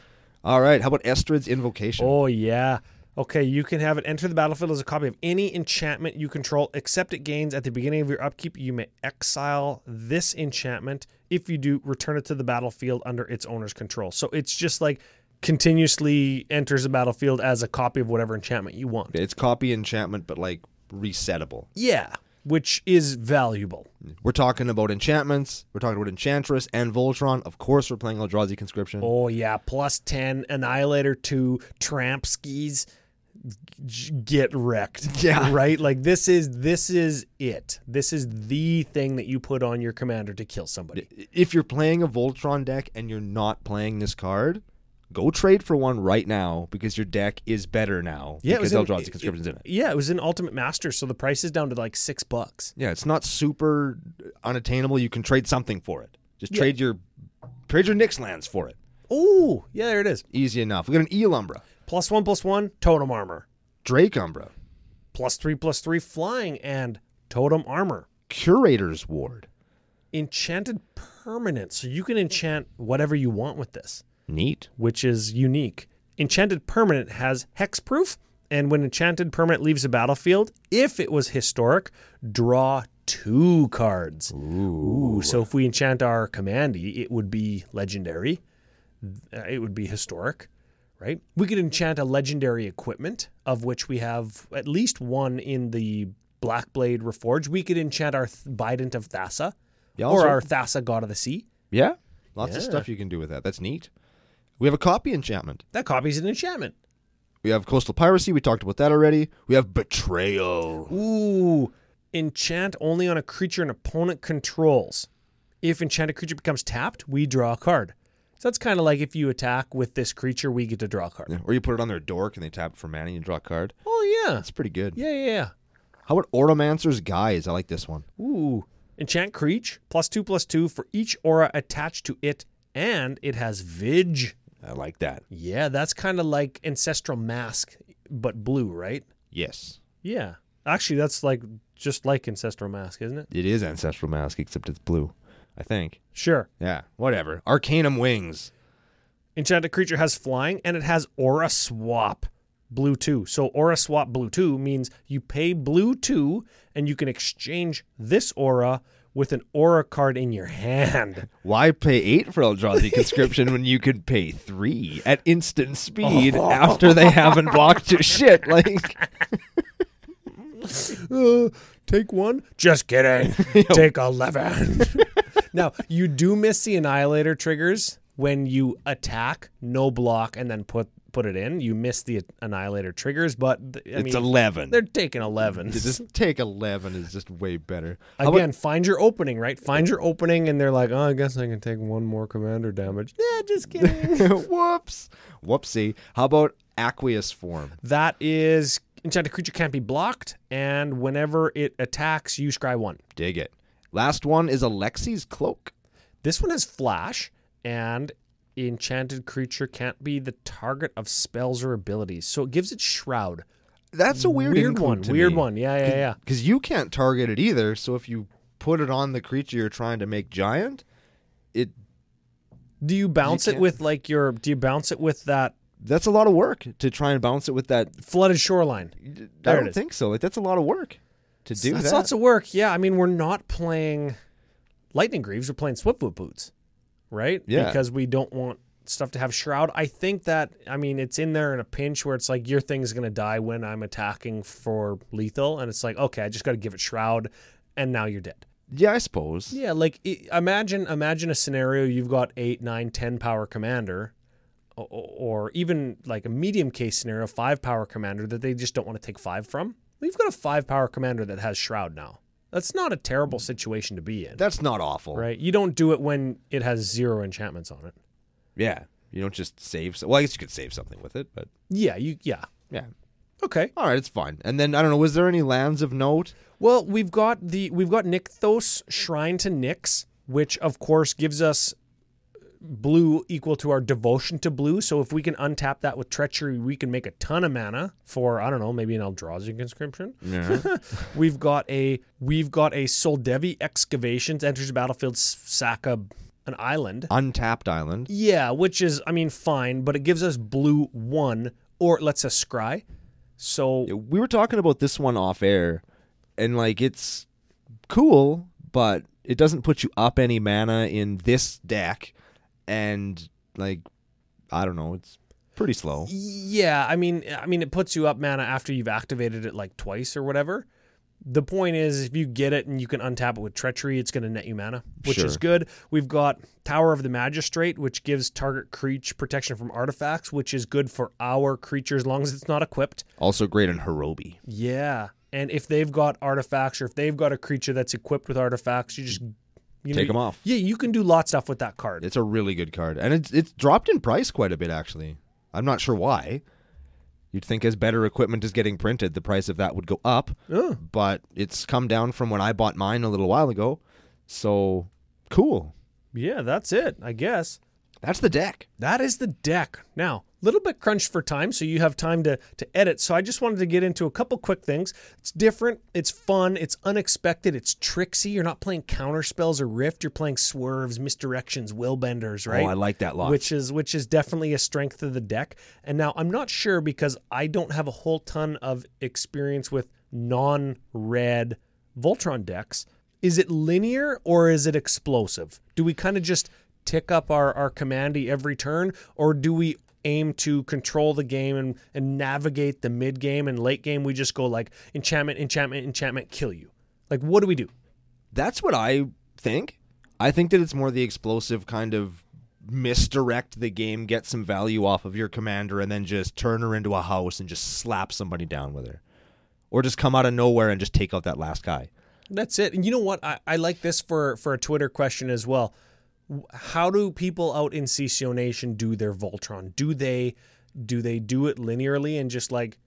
[SPEAKER 1] All right, how about Estrid's Invocation?
[SPEAKER 2] Oh yeah. Okay, you can have it enter the battlefield as a copy of any enchantment you control, except it gains at the beginning of your upkeep. You may exile this enchantment. If you do, return it to the battlefield under its owner's control. So it's just like continuously enters the battlefield as a copy of whatever enchantment you want.
[SPEAKER 1] It's copy enchantment, but like resettable.
[SPEAKER 2] Yeah, which is valuable.
[SPEAKER 1] We're talking about enchantments. We're talking about Enchantress and Voltron. Of course, we're playing Eldrazi Conscription.
[SPEAKER 2] Oh yeah, plus 10 annihilator 2 tramp skis G- get wrecked.
[SPEAKER 1] [laughs] Yeah.
[SPEAKER 2] Right? Like this is this is it. This is the thing that you put on your commander to kill somebody.
[SPEAKER 1] If you're playing a Voltron deck and you're not playing this card, go trade for one right now because your deck is better now.
[SPEAKER 2] Yeah, it
[SPEAKER 1] because
[SPEAKER 2] was in-
[SPEAKER 1] Eldrazi Conscription's in it.
[SPEAKER 2] Yeah, it was in Ultimate Master, so the price is down to like 6 bucks.
[SPEAKER 1] Yeah, it's not super unattainable. You can trade something for it. Just trade your trade your Knicks lands for it.
[SPEAKER 2] Oh, yeah, there it is.
[SPEAKER 1] Easy enough. We got an Elumbra,
[SPEAKER 2] Plus 1 plus 1 totem armor.
[SPEAKER 1] Drake Umbra,
[SPEAKER 2] Plus 3 plus 3 flying and totem armor.
[SPEAKER 1] Curator's Ward.
[SPEAKER 2] Enchanted permanent. So you can enchant whatever you want with this.
[SPEAKER 1] Neat.
[SPEAKER 2] which is unique. Enchanted Permanent has hexproof, and when Enchanted Permanent leaves the battlefield, if it was historic, draw two cards. Ooh. so if we enchant our Commandy, it would be legendary. Uh, It would be historic, right? We could enchant a legendary equipment, of which we have at least one in the Blackblade Reforge. We could enchant our Th- Bident of Thassa,
[SPEAKER 1] Yeah,
[SPEAKER 2] or
[SPEAKER 1] also-
[SPEAKER 2] our Thassa God of the Sea.
[SPEAKER 1] Yeah, lots of stuff you can do with that. That's neat. We have a copy enchantment.
[SPEAKER 2] That copies an enchantment.
[SPEAKER 1] We have coastal piracy. We talked about that already. We have betrayal.
[SPEAKER 2] Ooh, enchant only on a creature an opponent controls. If enchanted creature becomes tapped, we draw a card. So that's kind of like if you attack with this creature, we get to draw a card.
[SPEAKER 1] Or you put it on their dork and they tap for mana and you draw a card.
[SPEAKER 2] Oh yeah,
[SPEAKER 1] That's pretty good.
[SPEAKER 2] yeah, yeah. yeah.
[SPEAKER 1] How about Oromancer's Guise? I like this one.
[SPEAKER 2] Ooh. Enchant Creech, plus two, plus two for each aura attached to it, and it has Vig.
[SPEAKER 1] I like that.
[SPEAKER 2] Yeah, that's kind of like Ancestral Mask, but blue, right?
[SPEAKER 1] Yes.
[SPEAKER 2] Yeah. Actually, that's like just like Ancestral Mask, isn't it?
[SPEAKER 1] It is Ancestral Mask, except it's blue, I think.
[SPEAKER 2] Sure.
[SPEAKER 1] Yeah, whatever. Arcanum Wings.
[SPEAKER 2] Enchanted creature has flying and it has aura swap blue 2. So aura swap blue 2 means you pay blue 2 and you can exchange this aura with an aura card in your hand.
[SPEAKER 1] Why pay eight for [laughs] Eldrazi conscription when you could pay three at instant speed after they haven't blocked your shit? Like,
[SPEAKER 2] [laughs]
[SPEAKER 1] [laughs]
[SPEAKER 2] Uh, take one? Just [laughs] kidding. take 11. [laughs] now, you do miss the annihilator triggers when you attack, no block and then put put it in. You miss the annihilator triggers, but th- I
[SPEAKER 1] it's
[SPEAKER 2] mean,
[SPEAKER 1] eleven.
[SPEAKER 2] they're taking 11.
[SPEAKER 1] To just take eleven is just way better. How about-
[SPEAKER 2] Again, find your opening, right? Find your opening, and they're like, oh, I guess I can take one more commander damage. [laughs] Yeah,
[SPEAKER 1] [laughs]
[SPEAKER 2] just kidding.
[SPEAKER 1] [laughs] whoops, whoopsie. How about aqueous form?
[SPEAKER 2] that is enchanted creature can't be blocked, and whenever it attacks, you scry one.
[SPEAKER 1] Dig it. Last one is Alexi's cloak.
[SPEAKER 2] This one has flash, and enchanted creature can't be the target of spells or abilities. So it gives it shroud.
[SPEAKER 1] That's a weird,
[SPEAKER 2] weird one. Weird one. Yeah, yeah, yeah.
[SPEAKER 1] Because you can't target it either. So if you put it on the creature you're trying to make giant, it
[SPEAKER 2] Do you bounce it
[SPEAKER 1] can't-
[SPEAKER 2] with like your? Do you bounce it with that
[SPEAKER 1] that's a lot of work to try and bounce it with that.
[SPEAKER 2] flooded shoreline?
[SPEAKER 1] I
[SPEAKER 2] There it
[SPEAKER 1] don't
[SPEAKER 2] is.
[SPEAKER 1] think so. Like that's a lot of work to do
[SPEAKER 2] that's
[SPEAKER 1] that.
[SPEAKER 2] lots of work. Yeah, I mean, we're not playing Lightning Greaves. We're playing Swiftfoot Boots, right?
[SPEAKER 1] Yeah.
[SPEAKER 2] Because we don't want stuff to have Shroud. I think that, I mean, it's in there in a pinch where it's like, your thing's going to die when I'm attacking for lethal. And it's like, okay, I just got to give it Shroud. And now you're dead.
[SPEAKER 1] yeah, I suppose.
[SPEAKER 2] Yeah, like i- imagine imagine a scenario you've got eight, nine, ten power commander, o- or even like a medium case scenario, five power commander that they just don't want to take five from. We've got a five power commander that has shroud now. That's not a terrible situation to be in,
[SPEAKER 1] That's not awful.
[SPEAKER 2] right? You don't do it when it has zero enchantments on it.
[SPEAKER 1] Yeah. You don't just save. So- well, I guess you could save something with it, but
[SPEAKER 2] Yeah, you yeah.
[SPEAKER 1] yeah.
[SPEAKER 2] Okay.
[SPEAKER 1] All right, it's fine. And then I don't know. Was there any lands of note?
[SPEAKER 2] Well, we've got the we've got Nykthos Shrine to Nyx, which of course gives us blue equal to our devotion to blue. So if we can untap that with treachery, we can make a ton of mana for I don't know, maybe an Eldrazi conscription.
[SPEAKER 1] Yeah.
[SPEAKER 2] [laughs] we've got a we've got a Soldevi excavations enters the battlefield s- sack a, an island.
[SPEAKER 1] Untapped island.
[SPEAKER 2] Yeah, which is I mean fine, but it gives us blue one or it lets us scry. So
[SPEAKER 1] We were talking about this one off air, and like it's cool, but it doesn't put you up any mana in this deck, and like I don't know, it's pretty slow.
[SPEAKER 2] Yeah, I mean, I mean, it puts you up mana after you've activated it like twice or whatever. The point is, if you get it and you can untap it with Treachery, it's going to net you mana, which is
[SPEAKER 1] Sure.
[SPEAKER 2] good. We've got Tower of the Magistrate, which gives target creature protection from artifacts, which is good for our creature as long as it's not equipped.
[SPEAKER 1] Also great in Hirobi.
[SPEAKER 2] Yeah, and if they've got artifacts or if they've got a creature that's equipped with artifacts, you just you
[SPEAKER 1] Take 'em off.
[SPEAKER 2] Yeah, you can do lots of stuff with that card.
[SPEAKER 1] It's a really good card, and it's it's dropped in price quite a bit actually. I'm not sure why. You'd think as better equipment is getting printed, the price of that would go up,
[SPEAKER 2] Oh.
[SPEAKER 1] but it's come down from when I bought mine a little while ago. So cool.
[SPEAKER 2] Yeah, that's it, I guess.
[SPEAKER 1] That's the deck.
[SPEAKER 2] That is the deck. Now, a little bit crunched for time, so you have time to to edit. So I just wanted to get into a couple quick things. It's different, it's fun, it's unexpected, it's tricksy. You're not playing counter spells or rift, you're playing swerves, misdirections, will benders, right?
[SPEAKER 1] Oh, I like that lot.
[SPEAKER 2] which is which is definitely a strength of the deck. And now I'm not sure because I don't have a whole ton of experience with non-red Voltron decks. Is it linear or is it explosive? Do we kind of just tick up our our commandy every turn, or do we aim to control the game and and navigate the mid game and late game? We just go like enchantment, enchantment, enchantment, kill you. Like what do we do?
[SPEAKER 1] That's what I think. I think that it's more the explosive kind of misdirect the game, get some value off of your commander, and then just turn her into a house and just slap somebody down with her. Or just come out of nowhere and just take out that last guy.
[SPEAKER 2] That's it. And you know what? I, I like this for for a Twitter question as well. W- How do people out in CCO Nation do their Voltron? Do they do they do it linearly and just like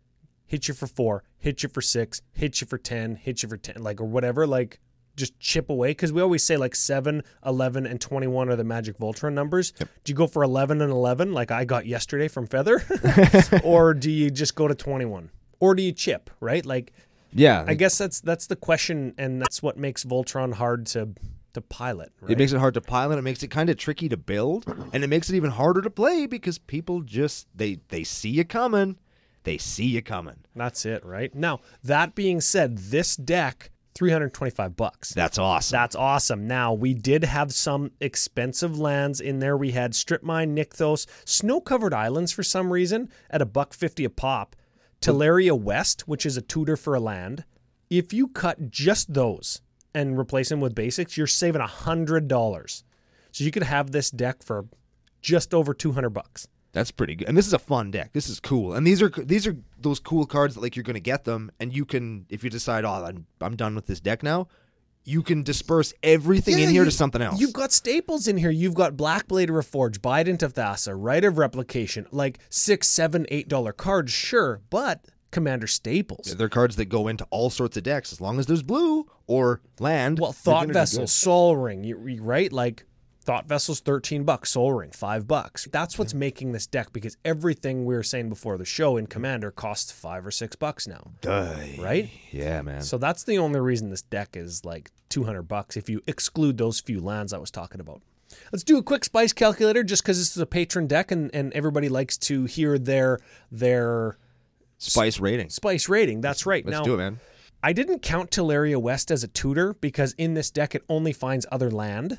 [SPEAKER 2] hit you for four, hit you for six, hit you for 10, hit you for 10, like, or whatever, like, just chip away. Because we always say, like, 7, 11, and 21 are the Magic Voltron numbers. Do you go for 11 and 11, like I got yesterday from Feather? [laughs] or do you just go to 21? Or do you chip, right? Like,
[SPEAKER 1] Yeah.
[SPEAKER 2] I guess that's that's the question, and that's what makes Voltron hard to to pilot. Right?
[SPEAKER 1] It makes it hard to pilot. It makes it kind of tricky to build, and it makes it even harder to play because people just they they see you coming, they see you coming.
[SPEAKER 2] That's it, right? Now, that being said, this deck, 325 bucks.
[SPEAKER 1] That's awesome.
[SPEAKER 2] That's awesome. Now, we did have some expensive lands in there. We had Strip Mine, Nykthos, Snow Covered Islands for some reason at a buck 50 a pop, Teleria West, which is a tutor for a land. If you cut just those and replace them with basics, you're saving $100. So you could have this deck for just over 200 bucks.
[SPEAKER 1] That's pretty good. And this is a fun deck. This is cool. And these are these are those cool cards that like you're going to get them and you can if you decide, "Oh, I'm, I'm done with this deck now." You can disperse everything in
[SPEAKER 2] Yeah,
[SPEAKER 1] here to
[SPEAKER 2] you-
[SPEAKER 1] something else.
[SPEAKER 2] You've got staples in here. You've got Black Blade Reforge, Bident of Thassa, Rite of Replication, like six, seven, eight dollar cards, sure, but Commander Staples.
[SPEAKER 1] They're cards that go into all sorts of decks as long as there's blue or land.
[SPEAKER 2] Well,
[SPEAKER 1] you're
[SPEAKER 2] Thought
[SPEAKER 1] gonna be
[SPEAKER 2] Vessel,
[SPEAKER 1] good.
[SPEAKER 2] Soul Ring, you, you- right? Like Thought Vessel's 13 bucks, Soul Ring, five bucks. That's what's making this deck because everything we were saying before the show in Commander costs five or six bucks now,
[SPEAKER 1] Duh.
[SPEAKER 2] right?
[SPEAKER 1] Yeah, man.
[SPEAKER 2] So that's the only reason this deck is like 200 bucks if you exclude those few lands I was talking about. Let's do a quick spice calculator just because this is a patron deck and, and everybody likes to hear their their
[SPEAKER 1] Spice ratings.
[SPEAKER 2] spice rating. That's right.
[SPEAKER 1] Let's
[SPEAKER 2] now,
[SPEAKER 1] do it, man.
[SPEAKER 2] I didn't count Teleria West as a tutor because in this deck it only finds other land.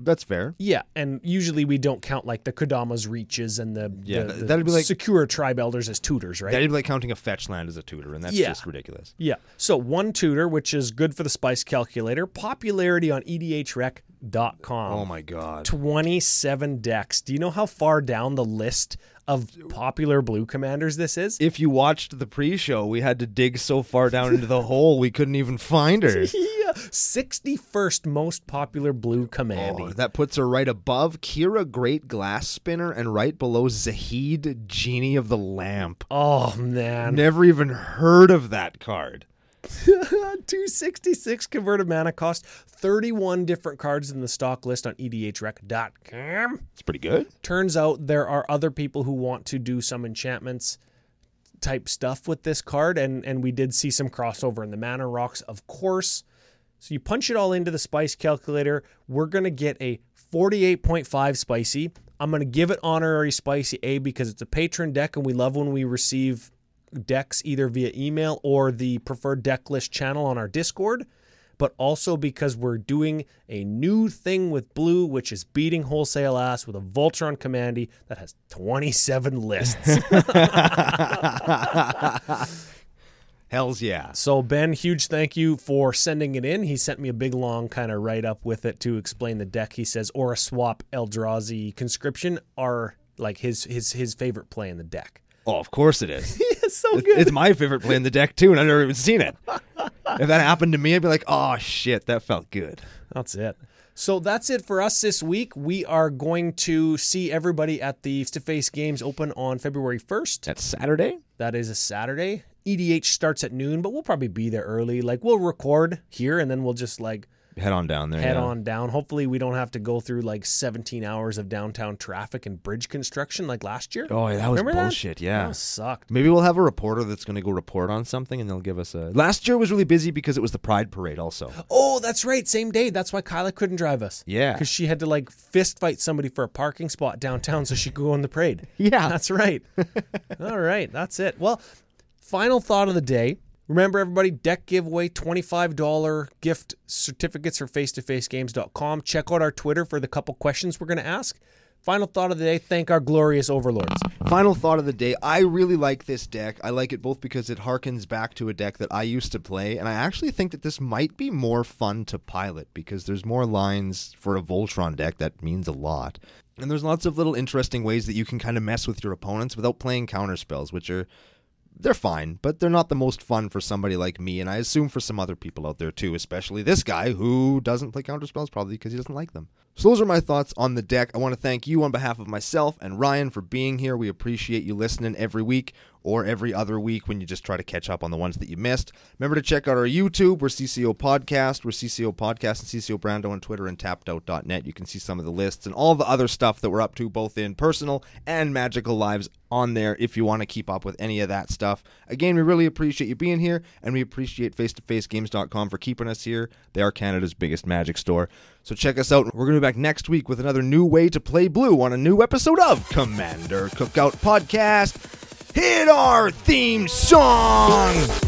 [SPEAKER 1] That's fair.
[SPEAKER 2] Yeah, and usually we don't count like the Kodama's Reaches and the,
[SPEAKER 1] Yeah,
[SPEAKER 2] the-
[SPEAKER 1] th-
[SPEAKER 2] the
[SPEAKER 1] that'd be like-
[SPEAKER 2] Secure Tribe Elders as tutors, right?
[SPEAKER 1] That'd be like counting a fetch land as a tutor, and that's
[SPEAKER 2] Yeah.
[SPEAKER 1] just ridiculous.
[SPEAKER 2] Yeah. So one tutor, which is good for the spice calculator, popularity on E edhrec.com.
[SPEAKER 1] Oh my god.
[SPEAKER 2] 27 decks. Do you know how far down the list of popular blue commanders this is?
[SPEAKER 1] If you watched the pre-show, we had to dig so far down into the hole we couldn't even find
[SPEAKER 2] [laughs]
[SPEAKER 1] her.
[SPEAKER 2] [laughs] Yeah. 61st most popular blue commander.
[SPEAKER 1] Oh, that puts her right above Kira Great Glass Spinner and right below Zahid Genie of the Lamp.
[SPEAKER 2] Oh,
[SPEAKER 1] [laughs]
[SPEAKER 2] man. [laughs]
[SPEAKER 1] Never even heard of that card.
[SPEAKER 2] 266 converted mana cost, 31 different cards in the stock list on E edhrec.com.
[SPEAKER 1] It's pretty good.
[SPEAKER 2] turns out there are other people who want to do some enchantments type stuff with this card and and we did see some crossover in the mana rocks of course so you punch it all into the spice calculator we're going to get a 48.5 spicy i'm going to give it honorary spicy a because it's a patron deck and we love when we receive decks either via email or the preferred deck list channel on our discord but also because we're doing a new thing with blue, which is beating wholesale ass with a Voltron Commandy that has 27 lists.
[SPEAKER 1] Hell's yeah.
[SPEAKER 2] so, Ben, huge thank you for sending it in. He sent me a big, long kind of write up with it to explain the deck. He says Aura Swap, Eldrazi, Conscription are like his his his favorite play in the [laughs] deck.
[SPEAKER 1] Oh, of course it [laughs] is.
[SPEAKER 2] it's so good.
[SPEAKER 1] it's my favorite play in the deck too, and I've never even seen [laughs] it. If that happened to me, I'd be like, "Oh shit, that felt good."
[SPEAKER 2] That's it. So that's it for us this week. We are going to see everybody at the Face to Face Games Open on February 1st.
[SPEAKER 1] That's Saturday.
[SPEAKER 2] That is a Saturday. EDH starts at noon, but we'll probably be there early. Like we'll record here and then we'll just like
[SPEAKER 1] Head on down there.
[SPEAKER 2] head
[SPEAKER 1] yeah.
[SPEAKER 2] on down. Hopefully we don't have to go through like 17 hours of downtown traffic and bridge construction like last year.
[SPEAKER 1] Oh, that was
[SPEAKER 2] Remember that?
[SPEAKER 1] bullshit. Yeah.
[SPEAKER 2] That sucked.
[SPEAKER 1] Maybe we'll have a reporter that's going to go report on something, and they'll give us a. Last year was really busy because it was the Pride Parade, also.
[SPEAKER 2] Oh, that's right. Same day. That's why Kyla couldn't drive us.
[SPEAKER 1] Yeah.
[SPEAKER 2] Because she had to like fist fight somebody for a parking spot downtown so she could go on the parade.
[SPEAKER 1] [laughs] Yeah.
[SPEAKER 2] That's right. All right, that's it. Well, final thought of the day. Remember, everybody, deck giveaway, $25 gift certificates for face-to-facegames.com. Check out our Twitter for the couple questions we're going to ask. Final thought of the day, thank our glorious overlords.
[SPEAKER 1] Final thought of the day. I really like this deck. I like it both because it harkens back to a deck that I used to play, and I actually think that this might be more fun to pilot because there's more lines for a Voltron deck. That means a lot. And there's lots of little interesting ways that you can kind of mess with your opponents without playing counterspells, which are. They're fine, but they're not the most fun for somebody like me, and I assume for some other people out there too, especially this guy who doesn't play counterspells probably because he doesn't like them. So those are my thoughts on the deck. I want to thank you on behalf of myself and Ryan for being here. We appreciate you listening every week or every other week when you just try to catch up on the ones that you missed. Remember to check out our YouTube. We're CCO Podcast. We're CCO Podcast and CCO Brando on Twitter and tappedout.net. You can see some of the lists and all the other stuff that we're up to, both in personal and magical lives, on there if you want to keep up with any of that stuff. Again, we really appreciate you being here, and we appreciate face-to-facegames.com for keeping us here. They are Canada's biggest magic store. So check us out. We're going to be back next week with another new way to play blue on a new episode of Commander Cookout Podcast. Hit our theme song!